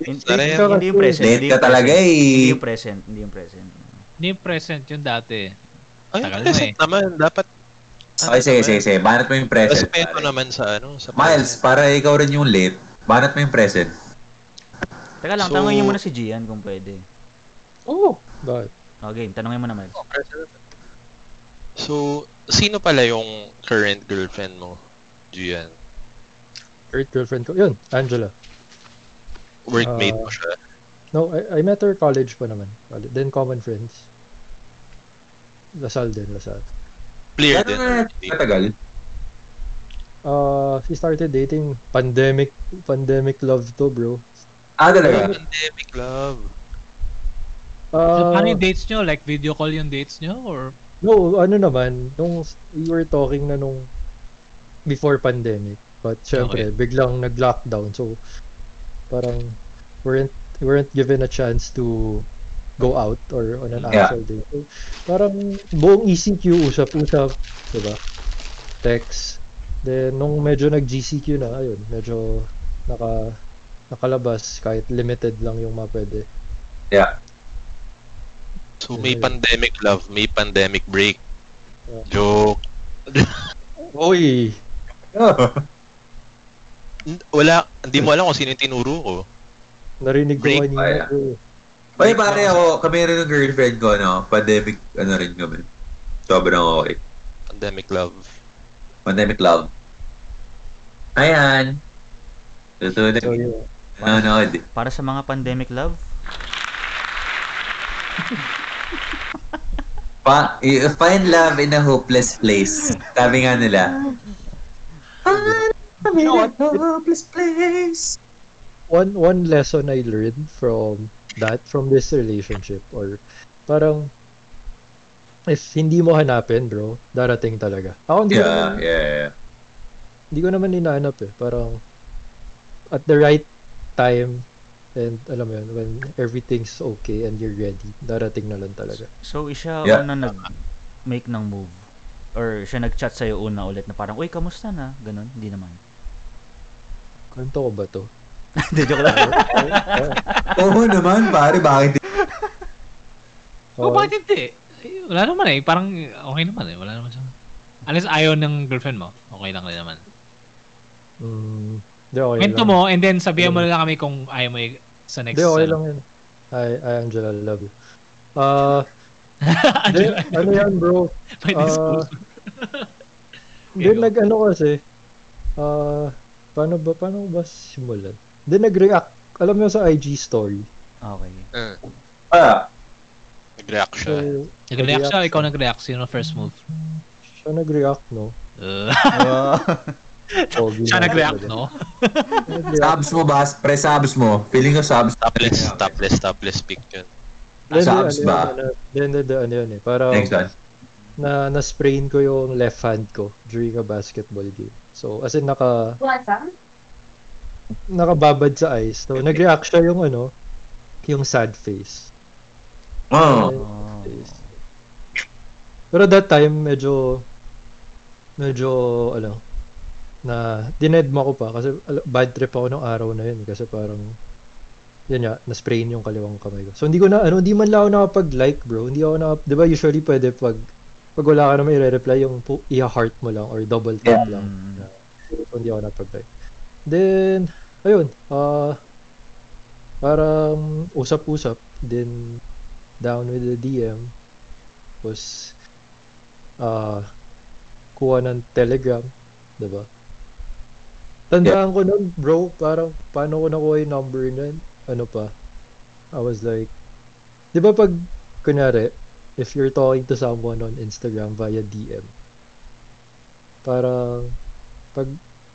Hindi, Tara yan. hindi yung present. Late hindi ka yung talaga present, Hindi eh. yung present. Hindi yung present. Hindi yung present yung dati. Ay, Tagal na eh. present naman. Dapat Okay, sige, sige, sige. Banat mo yung present. respeto pare. naman sa ano. Sa Miles, para ikaw rin yung late, banat mo yung present. Teka lang, So- tanongin mo na si Gian kung pwede. Oh! Bakit? Okay, tanongin mo na Miles. So, sino pala yung current girlfriend mo, Gian? Earth girlfriend ko. Yun, Angela. Workmate Ah. mo siya? No, I, I met her college pa naman. Colle- Then common friends. Lasal din, Lasal. Clear Gano'n din. na matagal? Uh, she started dating pandemic pandemic love to, bro. Ah, talaga? Pandemic love. So, Uh, paano yung dates nyo? Like, video call yung dates nyo? Or No, ano naman, nung we were talking na nung before pandemic. But syempre, biglang nag-lockdown. So, parang weren't weren't given a chance to go out or on an Yeah. actual date. So, parang buong E ECQ, usap-usap, diba? Text. Then, nung medyo nag-GCQ na, ayun, medyo naka nakalabas kahit limited lang yung mga pwede. Yeah. So, may pandemic love, may pandemic break. Joke. Oy! Oh. N- Wala, hindi mo alam kung sino yung tinuro ko. Narinig ko Break kanina, eh. pa, yeah. bro. Oye, pare ako, kami rin ng girlfriend ko, no? Pandemic, ano rin kami. Sobrang okay. Pandemic love. Pandemic love. Ayan. Susunod. So, yun. Nanonood. Para sa mga pandemic love, Pa you find love in a hopeless place. Sabi nga nila. Find love in a hopeless place. one one lesson I learned from that from this relationship or parang if hindi mo hanapin bro darating talaga ako hindi, ko, Yeah, naman, yeah, yeah. hindi ko naman hinahanap eh parang at the right time and alam mo yun when everything's okay and you're ready darating na lang talaga so siya Yeah. una nag-make ng move. Or siya nag-chat sa'yo una ulit na parang, Uy, kamusta na? Ganon, hindi naman. kanto ko ba to Hindi, joke lang. Oo naman, pare, bakit? Oh, Oo. bakit hindi? Eh, Wala naman eh. Parang okay naman eh. Wala naman siyang... Unless ayaw ng girlfriend mo, okay lang rin naman. mm, di okay Kwento lang mo and then sabihan mo na lang kami kung ayaw mo i- sa next... di okay ano. lang yun hi, hi Angela love you ah di, ano yan bro By this Ah, school. Then Pero- nag-ano kasi, ah, paano ba, paano ba simulan? Then nag-react, alam mo sa IG story. okay. Uh, Ah, nag-react So, siya. Nag-react siya, react ikaw nag-react. Sino Hmm. first move? siya nag-react, no? Uh, Wow. Ah. O, siya ginawa nag-react, ko. no? Nag-react. subs mo ba? Pre subs mo. Feeling ko subs. Topless, topless, topless pic yun. Then, Subs ano, ba? ano, Then, then, then, ano yun eh, parang Next one. na, na-sprain ko yung left hand ko during a basketball game. So, as in, naka, nakababad sa eyes. So, nag-react siya yung ano, yung sad face. Oh. Oh. Pero that time, medyo, medyo, ano, na dinedma ko pa kasi al- bad trip ako nung araw na yun kasi parang yun nga, na-sprain yung kaliwang kamay ko. So, hindi ko na, ano, hindi man lang ako nakapag-like, bro. Hindi ako na, di ba, usually pwede pag, pag wala ka naman i-reply, yung pu- i-heart mo lang or double tap lang. Mm. So, hindi ako napag-like. Then, ayun, ah, parang usap-usap, then down with the DM, tapos, ah, kuha ng telegram, diba? Tandaan ko nun, bro, parang paano ko nakuha yung number nun, ano pa, I was like, di ba pag, kunyari, if you're talking to someone on Instagram via DM, parang, pag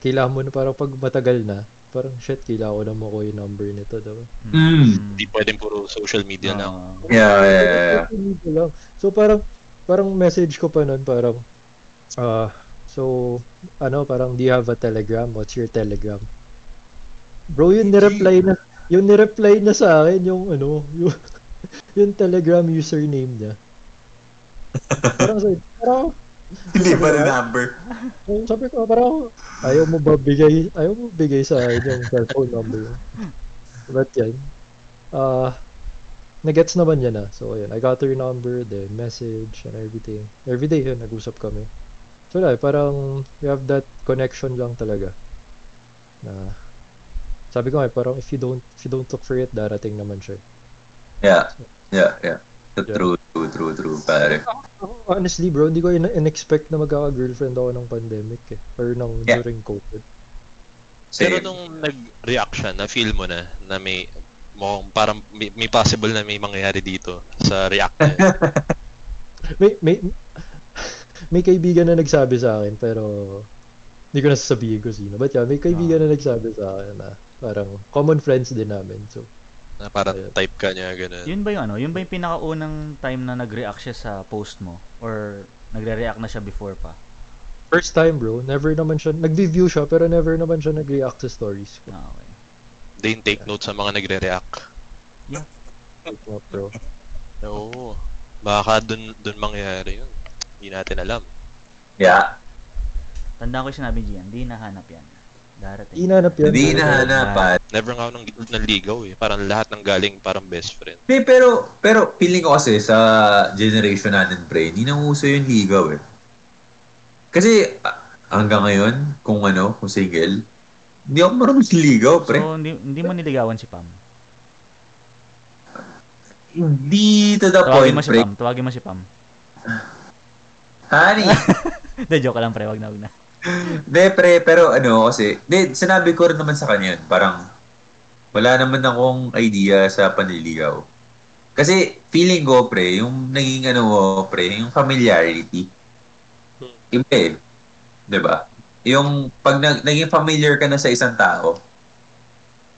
kailangan mo na parang pag matagal na, parang shit, kailangan ko na makuha yung number nito. Diba? Mm. Hindi pwedeng puro social media lang. Ah, Yeah, yeah, yeah, yeah. Ito lang. So parang parang message ko pa nun parang ah so ano parang do you have a telegram? What's your telegram? Bro, yung nireply na yung nireply na sa akin yung ano yung, yung telegram username niya. Parang sa parang Hindi pa rin number. yung sabi ko parang ayaw mo ba bigay ayaw mo bigay sa akin yung cellphone number mo. But yan. Ah nagets naman niya na. So ayun, I got her number, the message and everything. Every day yun nag-usap kami. So wala, eh, parang we have that connection lang talaga. Na sabi ko nga eh, parang if you don't if you don't look for it darating naman siya. Yeah, yeah, yeah. True, true, true, true, pare. Ako, honestly bro, hindi ko in- in-expect na magkaka-girlfriend ako ng pandemic eh. Or ng Yeah. during COVID. Pero Same. nung nag-react siya, na-feel mo na, na may, mukhang parang may, may possible na may mangyayari dito sa react na yun. may may may kaibigan na nagsabi sa akin pero hindi ko na sasabihin ko sino. But yeah, may kaibigan na nagsabi sa akin na parang common friends din namin. So, na parang type ka niya, gano'n. yun ba yung ano? Yun ba yung pinakaunang time na nag-react siya sa post mo? Or nagre-react na siya before pa? first time bro, never naman siya, nag-view siya pero never naman siya nag-react sa stories ko. Ah, okay. They take note sa mga nagre-react. Like, bro. Oo. Baka dun, dun mangyayari yun. Hindi natin alam. Yeah. Tanda ko yung sinabi niya, hindi nahanap yan. Darating. Hinanap yan. Hindi nahanap, pare. Never nga ako nang, naligaw eh. Parang lahat ng galing parang best friend. Hindi, pero, pero feeling ko kasi sa generation natin, pre, hindi na uso yung ligaw eh. Kasi ah, hanggang ngayon, kung ano, kung single, hindi ako marunong sa ligaw, pre. So, hindi, hindi mo niligawan si Pam. hindi to the Tawagin point, mo si pre. Pam. Tawagin mo si Pam. Honey, Hindi, joke lang pre. Wag na, wag na. hindi, pre, pero ano, kasi, hindi, sinabi ko rin naman sa kanya yun, parang, wala naman akong idea sa panliligaw. Kasi, feeling ko, pre, yung naging ano, ko, pre, yung familiarity, iba eh. 'Di ba? Yung pag nag- naging familiar ka na sa isang tao,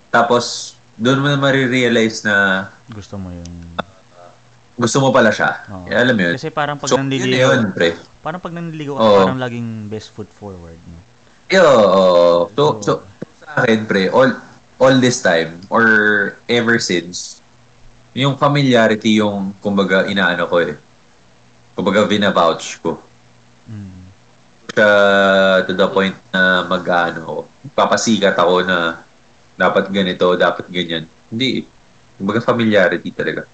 tapos doon mo na marirealize na Gusto mo yung... gusto mo pala siya. Oo. Eh, alam mo yun? Kasi parang pag So, yun na nanliligaw, yun, pre. parang pag nanliligaw ka, Oo. parang laging best foot forward. No? Yo, oo. so, so, sa akin, pre, all, all this time, or ever since, yung familiarity yung, kumbaga, inaano ko eh. Kumbaga, vinavouch ko. Mm. Siya to the point na mag-ano ako. Papasikat ako na dapat ganito, dapat ganyan. Hindi eh. Kumbaga, familiarity talaga.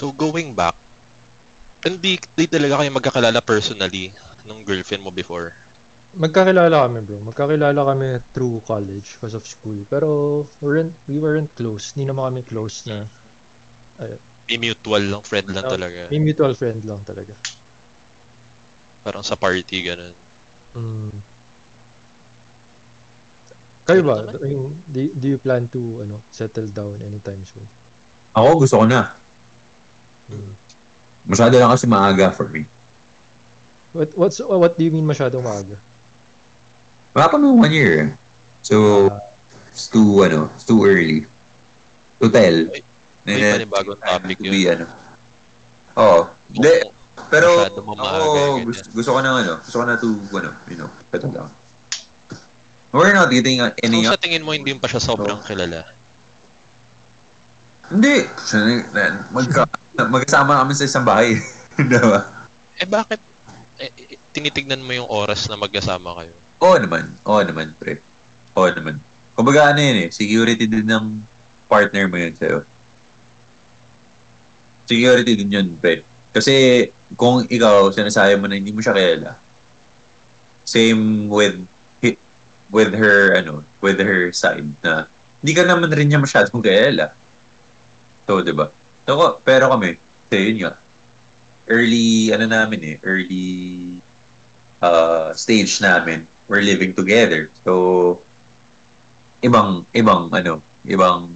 So going back, hindi, hindi talaga kayo magkakalala personally nung girlfriend mo before. Magkakilala kami bro. Magkakilala kami through college because of school. Pero weren't, we weren't close. Hindi naman kami close na May mutual lang, friend lang Oh. talaga. may mutual friend lang talaga. Parang sa party, gano'n. Mm. Kayo ba? Ganun I mean, do, do you plan to ano settle down anytime soon? Ako, gusto ko na. Masyado lang kasi maaga for me. What what's what do you mean masyadong maaga? Wala pa nung one year. eh. So, Ah. it's too, ano, it's too early to tell. May Eh, panibagong topic to yun. be, ano. Oo. Hindi, pero Masyado mamaga, ako, ganyan. gusto, gusto ko na, ano, gusto ko na to, ano, you know, settle down. We're not getting uh, any... So sa tingin mo, hindi pa siya sobrang kilala. Hindi! Sorry, na- Magka, magkasama kami sa isang bahay. diba? Eh bakit eh, eh, tinitignan mo yung oras na magkasama kayo? Oo naman. Oo naman, pre. Oo naman. Kumbaga ano yun eh, security din ng partner mo yun sa'yo. Security din yun, pre. Kasi kung ikaw, sinasabi mo na hindi mo siya kilala, same with hi- with her, ano, with her side na hindi ka naman rin niya masyadong kilala. So, di ba? So, ko- pero kami, say yun nga, early, ano namin eh, early uh, stage namin, we're living together. So, ibang, ibang, ano, ibang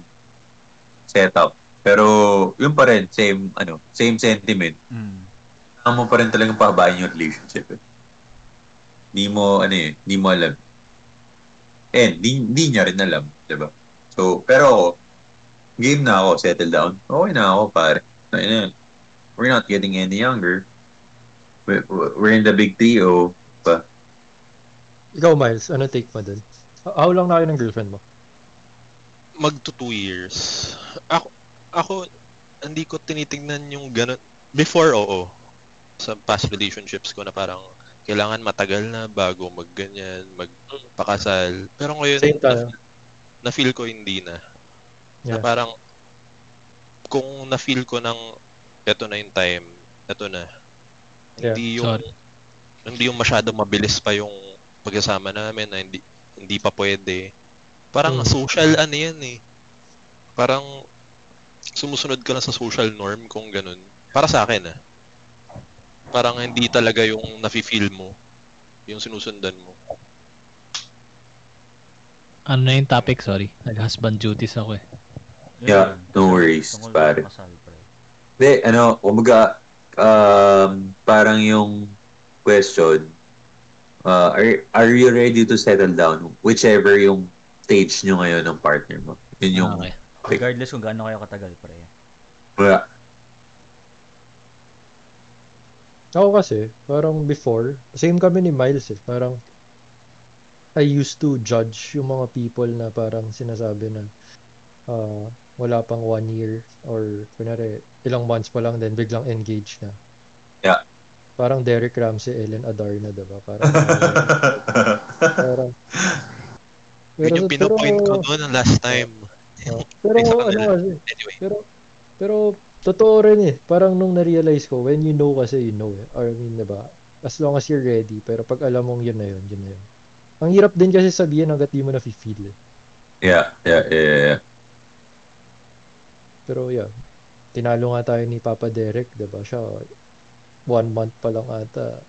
setup. Pero, yun pa rin, same, ano, same sentiment. Mm. Kailangan mo pa rin talagang pahabain yung relationship. eh. Di mo, ano eh, di mo alam. And, di, di niya rin alam, di ba? So, pero ako, game na ako, settle down. Okay na ako, pare. Ayun na. We're not getting any younger. We're, we're in the big 3-0. Ikaw, Miles, ano take mo dun? H- How long na kayo ng girlfriend mo? magto two years. Ako, ako, hindi ko tinitingnan yung ganun. Before, oo. Sa past relationships ko na parang kailangan matagal na bago magganyan, magpakasal. Pero ngayon, Same tayo. na feel ko hindi na. Yeah. Na parang kung na feel ko ng eto na yung time, eto na. Yeah, Hindi yung hindi yung masyado mabilis pa yung pagsasama namin na hindi hindi pa pwede. Parang Hmm. Mm. social ano yan eh. Parang sumusunod ka lang sa social norm kung ganun. Para sa akin ah. Parang hindi talaga yung nafe-feel mo yung sinusundan mo. Ano na yung topic? Sorry. Nag-husband duties ako eh. Yeah, no worries, Tungkol sa pare. kasal, pre. Hindi, ano, umaga, um, parang yung question, uh, are, are you ready to settle down? Whichever yung stage nyo ngayon ng partner mo. Yun yung, Ah, Okay. Regardless kung gaano kayo katagal, pre. wala. Ako kasi, parang before, same kami ni Miles eh. Parang, I used to judge yung mga people na parang sinasabi na ah, wala pang one year or kunwari ilang months pa lang then biglang engage na. Yeah. Parang Derek Ramsey, Ellen Adarna, diba? Parang, parang, Yun yung pero, pinopoint ko doon last time. pero, Isa ka ano nila. kasi, Anyway, Pero, totoo rin eh. Parang nung na-realize ko, when you know kasi you know eh. Or, I mean, diba? As long as you're ready. Pero pag alam mong yun na yun, yun na yun. Ang hirap din kasi sabihin hanggat di mo na-feel eh. Yeah, yeah, yeah, yeah. Pero yeah, tinalo nga tayo ni Papa Derek, diba? Siya, one month pa lang ata.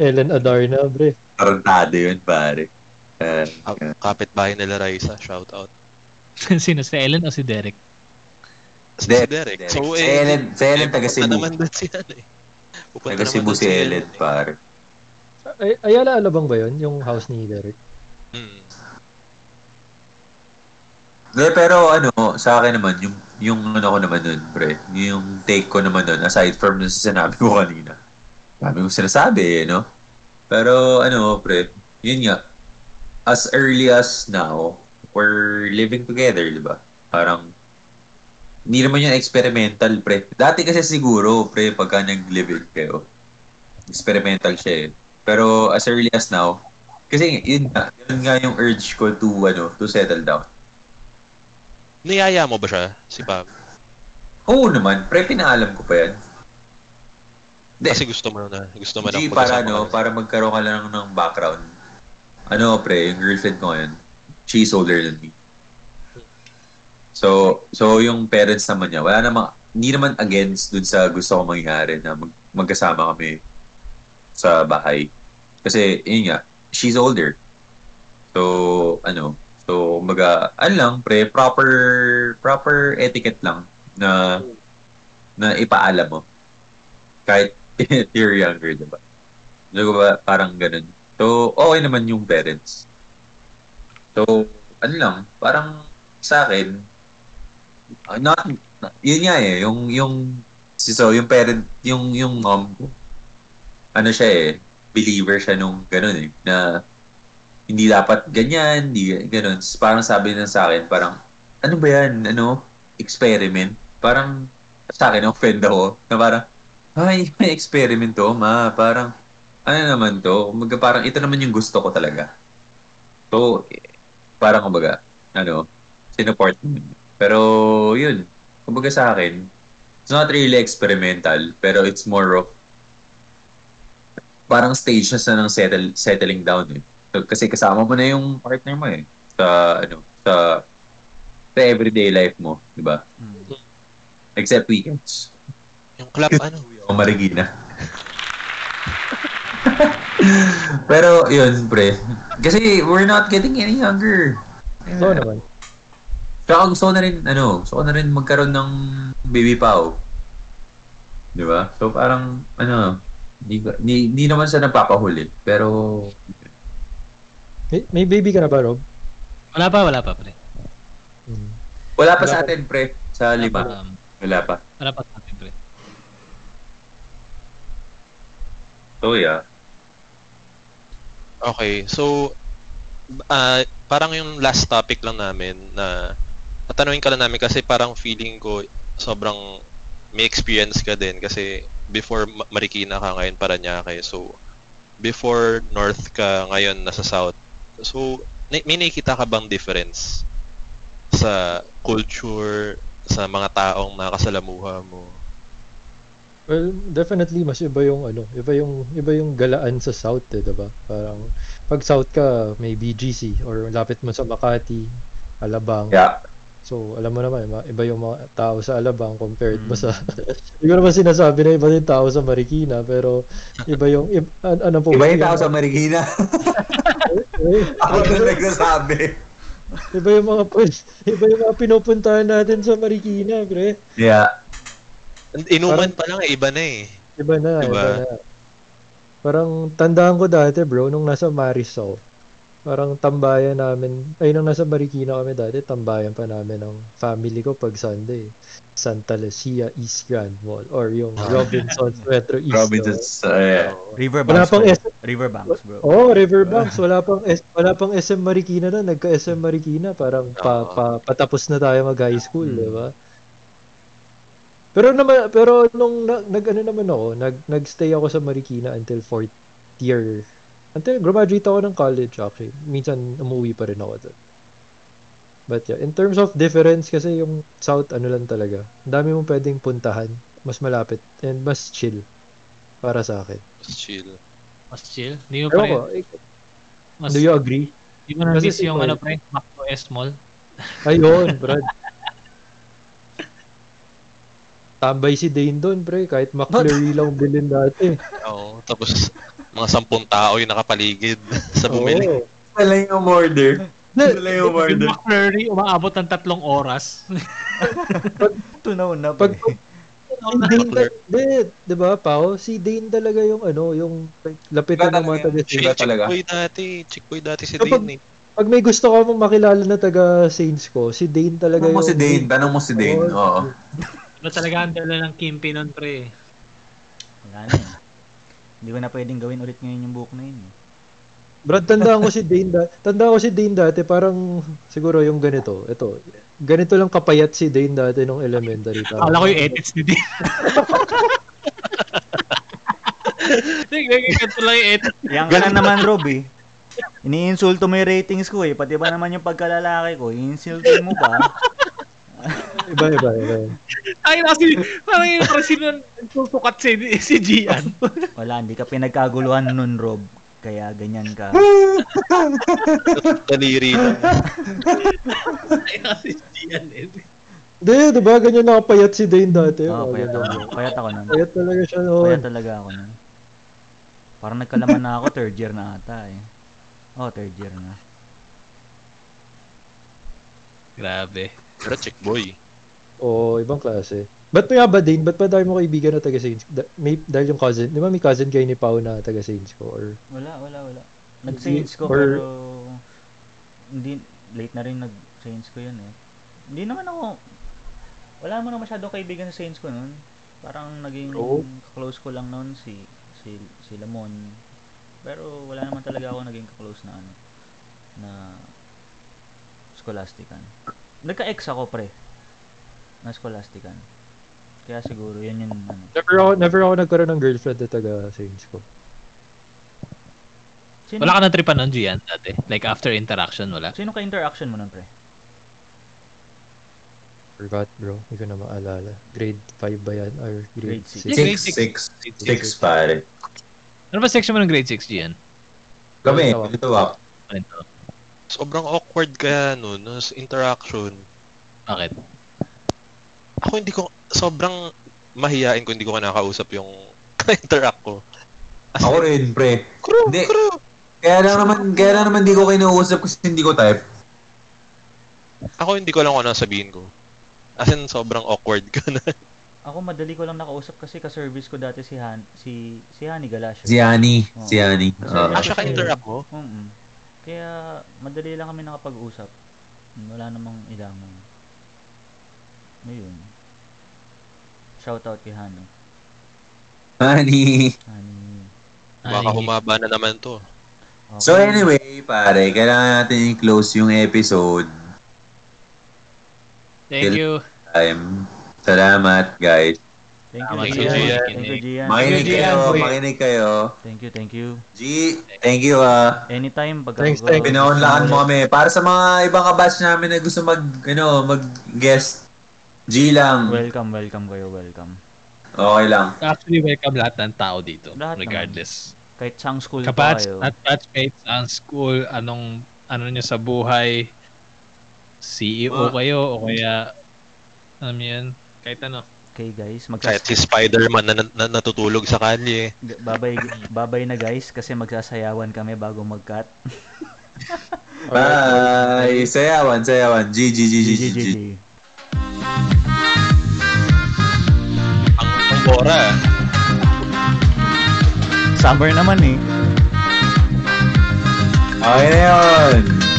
Ellen Adarna, bre. Tarantado yun, pare. Uh, ka- Ah, kapitbahay nila Raisa, shout out. Sino? Si Ellen o si Derek? Si Derek. Derek. Derek. So, Si eh, Ellen, si Ellen, eh, taga pupunta Cebu. naman doon si ano eh. Pupunta Taga naman Cebu doon si Ellen, eh. pare. Ay, Ayala Alabang ba yun? Yung house ni Derek? Hmm. De, pero ano, sa akin naman, yung, yung ano ko naman nun, pre, yung take ko naman nun, aside from yung sinabi ko kanina. Dami kong sinasabi, eh, no? Pero ano, pre, yun nga, as early as now, we're living together, di ba? Parang, hindi naman yun experimental, pre. Dati kasi siguro, pre, pagka nag-live-in kayo, experimental siya eh. Pero as early as now, kasi yun nga, yun nga yung urge ko to, ano, to settle down. Niyaya mo ba siya? Si Pam? Oo naman, pre, pinaalam ko pa yan. Hindi. Kasi gusto mo na. Gusto mo na G, magkasama para ano, kayo. para magkaroon ka lang ng background. Ano, pre, yung girlfriend ko ngayon, she's older than me. So, so yung parents naman niya, wala namang, hindi naman against dun sa gusto ko mangyari na mag, magkasama kami sa bahay. Kasi, yun nga, she's older. So, ano, so, maga, ano lang, pre, proper, proper etiquette lang na, na ipaalam mo. Kahit you're younger, diba? Diba ba, parang ganun. So, okay naman yung parents. So, ano lang, parang sa akin, uh, not, not- yun nga eh, yung, yung, si so, yung parent, yung, yung mom ko, ano siya eh, believer siya nung ganun eh, na hindi dapat ganyan, hindi ganun. So, Parang sabi na sa akin, parang, ano ba yan, ano, experiment? Parang, sa akin, offend ako, na parang, ay, may experiment to, ma, parang, ano naman to, kumbaga parang ito naman yung gusto ko talaga. So, eh, parang kumbaga, ano, sinuport mo yun. Pero, yun, kumbaga sa akin, it's not really experimental, pero it's more of, parang stage na sa ng settle, settling down eh. So, kasi kasama mo na yung partner mo eh, sa, ano, sa, sa everyday life mo, di ba? Mm. Except weekends. Yung club, ano? O Marikina. Pero yun, pre. Kasi we're not getting any younger. Oo naman. Tsaka gusto ko na rin, ano, gusto ko na rin magkaroon ng baby pao. Di ba? So parang, ano, Hindi ko- Hindi hindi naman siya nagpapahuli. Pero, May, may baby ka na ba, Rob? Wala pa, wala pa, pre. Hmm. wala pa Wala sa pa. atin, pre. Sa lima. Um, Wala pa. wala pa sa akin, pre. So, yeah. Okay, so ah, parang yung last topic lang namin na tatanungin ka lang namin kasi parang feeling ko sobrang may experience ka din kasi before Ma- Marikina ka ngayon Paranaque. So before North ka ngayon nasa South. So na- may nakikita ka bang difference sa culture, sa mga taong nakasalamuha mo? Well, definitely mas iba yung ano, iba yung iba yung galaan sa south, eh, 'di ba? Parang pag south ka, may BGC or lapit mo sa Makati, Alabang. Yeah. So, alam mo naman, ma- iba yung mga tao sa Alabang compared mo Mm. sa Hindi ko naman sinasabi na iba yung tao sa Marikina, pero iba yung iba, an- ano po? Iba yung tao sa Marikina. Eh, Ako na nagsasabi. Iba yung mga pun- iba yung mga pinupuntahan natin sa Marikina, pre. Yeah. Inuman pa lang eh, iba na eh. Iba na, Diba? iba na. Parang tandaan ko dati, bro, nung nasa Marisol, parang tambayan namin, ay nung nasa Marikina kami dati, tambayan pa namin ng family ko pag Sunday. Santa Lucia East Grand Mall or yung Robinson's Metro East. Robinson's, uh, yeah. Wala Riverbanks. pang bro. S Riverbanks, bro. Oh, Riverbanks, wala pang S wala pang SM Marikina na, nagka SM Marikina, parang pa, Oo. pa, patapos na tayo mag high school, Mm. 'di ba? Pero naman pero nung na- nag ano naman ako, nag nagstay ako sa Marikina until fourth year. Until graduate ako ng college actually. Minsan umuwi pa rin ako doon. But yeah, in terms of difference kasi yung south ano lang talaga. Ang dami mong pwedeng puntahan, mas malapit and mas chill para sa akin. Just chill. Mas chill. Hindi mo Ewan pa ko, rin. eh, Mas, do you agree? hindi mo na-miss Kasi yung ano, iba eh. pre, Macdo S Mall. Ayun, Brad. Tambay si Dane doon, pre. Kahit McFlurry lang bilhin dati. Oo, tapos mga sampung tao yung nakapaligid sa bumili. Oo. Wala yung order. Wala yung Yung order. McFlurry, umaabot ng tatlong oras. Tunaw na, Pag- pre. Si Dane talaga, di ba, Pao? Si Dane talaga yung ano, yung like, lapitan ng mga Iba talaga taga yun. Iba Chick, talaga. Chickboy dati. Chickboy dati si Kapag- Dane eh. Pag may gusto ka mong makilala na taga Saints ko, si Dane talaga Tanong yung... mo si Dane. Tanong mo si Dane. Oo. Iba Ano talaga ang dala ng kimpi nun, pre. Wala na eh. Hindi ko na pwedeng gawin ulit ngayon yung buhok na yun. eh. Brad, tandaan ko si Dane da- tandaan ko si Dane dati parang siguro yung ganito. Ito, ganito lang kapayat si Dane dati nung elementary. Parang- Akala ko yung edits ni Dean. Nagkakanto lang yung edits. Yan ka na naman, Rob, eh. Iniinsulto mo yung ratings ko eh. Pati ba naman yung pagkalalaki ko? Iinsulto mo ba? Iba, iba, iba. eh. Ay, kasi parang yung presin nun, nagsusukat si, si Gian. Wala, hindi ka pinagkaguluhan nun, Rob. Kaya ganyan ka. Daliri lang. Ay, kasi si Gian eh. Hindi, di ba? Ganyan nakapayat si Dane dati. Oo, Oh, payat ganyan. ako. Payat ako nun. Payat talaga siya Payat noon. talaga ako nun. Parang nagkalaman na ako, third year na ata eh. Oh, third year na. Grabe. Pero Chickboy. Oo, ibang klase. Ba't pa nga ba, Dane? Ba't pa dahil mo kaibigan na taga Saints? Da- may, dahil yung cousin, di ba may cousin kayo ni Pao na taga Saints ko? Or, Wala, wala, wala. Nag-saints ko Or- pero hindi late na rin nag-saints ko 'yun eh. Hindi naman ako wala mo na masyadong kaibigan sa saints ko noon. Parang naging Oo. close ko lang noon si si si Lamon. Pero wala naman talaga ako naging close na ano na scholastican. Nagka-ex ako pre na scholastican. Kaya siguro 'yun yung ano. never ako, never ako nagkaroon ng girlfriend na taga Saints ko. Sino, Wala ka na tripan nun, Gian, dati? Like, after interaction, wala? sino ka interaction mo nun pre? Forgot, bro. Hindi ko na maalala. Grade 5 ba yan? Or grade Grade six. 6? Grade Six, six. six, six, pare. Ano ba section mo ng grade 6, Gian? Kami, Tawag. ito ako. Ano to? Sobrang awkward kaya nun, no, sa interaction. Bakit? Ako hindi ko, sobrang mahihain ko hindi ko nakausap yung interact ko. As Ako in, rin, pre. Kuro, Hindi. kuro. Kaya lang naman, kaya lang naman di ko kinuusap kasi hindi ko type. Ako hindi ko alam kung ano sabihin ko. As in, sobrang awkward ka na. Ako madali ko lang nakausap kasi ka-service ko dati si Han, si si Hani Galasio. Si Ani. Si Ani. Ah, Ah, Oo. siya ka-interact mo? Mm-mm. Kaya madali lang kami nakapag-usap. Wala namang idamay. Ayun. Shoutout kay oh. Hano. Ani. Hani. Ay, Baka humaba na naman to. Okay. So anyway, pare, kailangan natin i-close yung episode. Thank you. Time. Salamat, guys. Thank you, Thank you, Gian. Gian. Thank you, Gian. Makinig Thank you, kayo, Gian. makinig kayo. Thank you, thank you. G, thank you ah. Anytime pag Thanks, thanks. Pinaunlakan mo kami. Para sa mga ibang kabatch namin na gusto mag, ano, mag-guest, G lang. Welcome, welcome kayo, welcome. Okay lang. Actually, welcome lahat ng tao dito. Lahat naman. regardless. Kahit sang school pa Kapats, kayo. at batchmates, ang school, anong, ano nyo sa buhay, Ah. CEO kayo, o kaya, alam mo yun, kahit ano. Okay guys, Kahit magsas si Spider-Man na, na- na natutulog sa kalye. babay babay na guys kasi magsasayawan kami bago mag-cut. Bye! Sayawan, sayawan. G, G, G, G, G, G. GGG. Ang ang Bora. Summer naman eh. Okay na yun!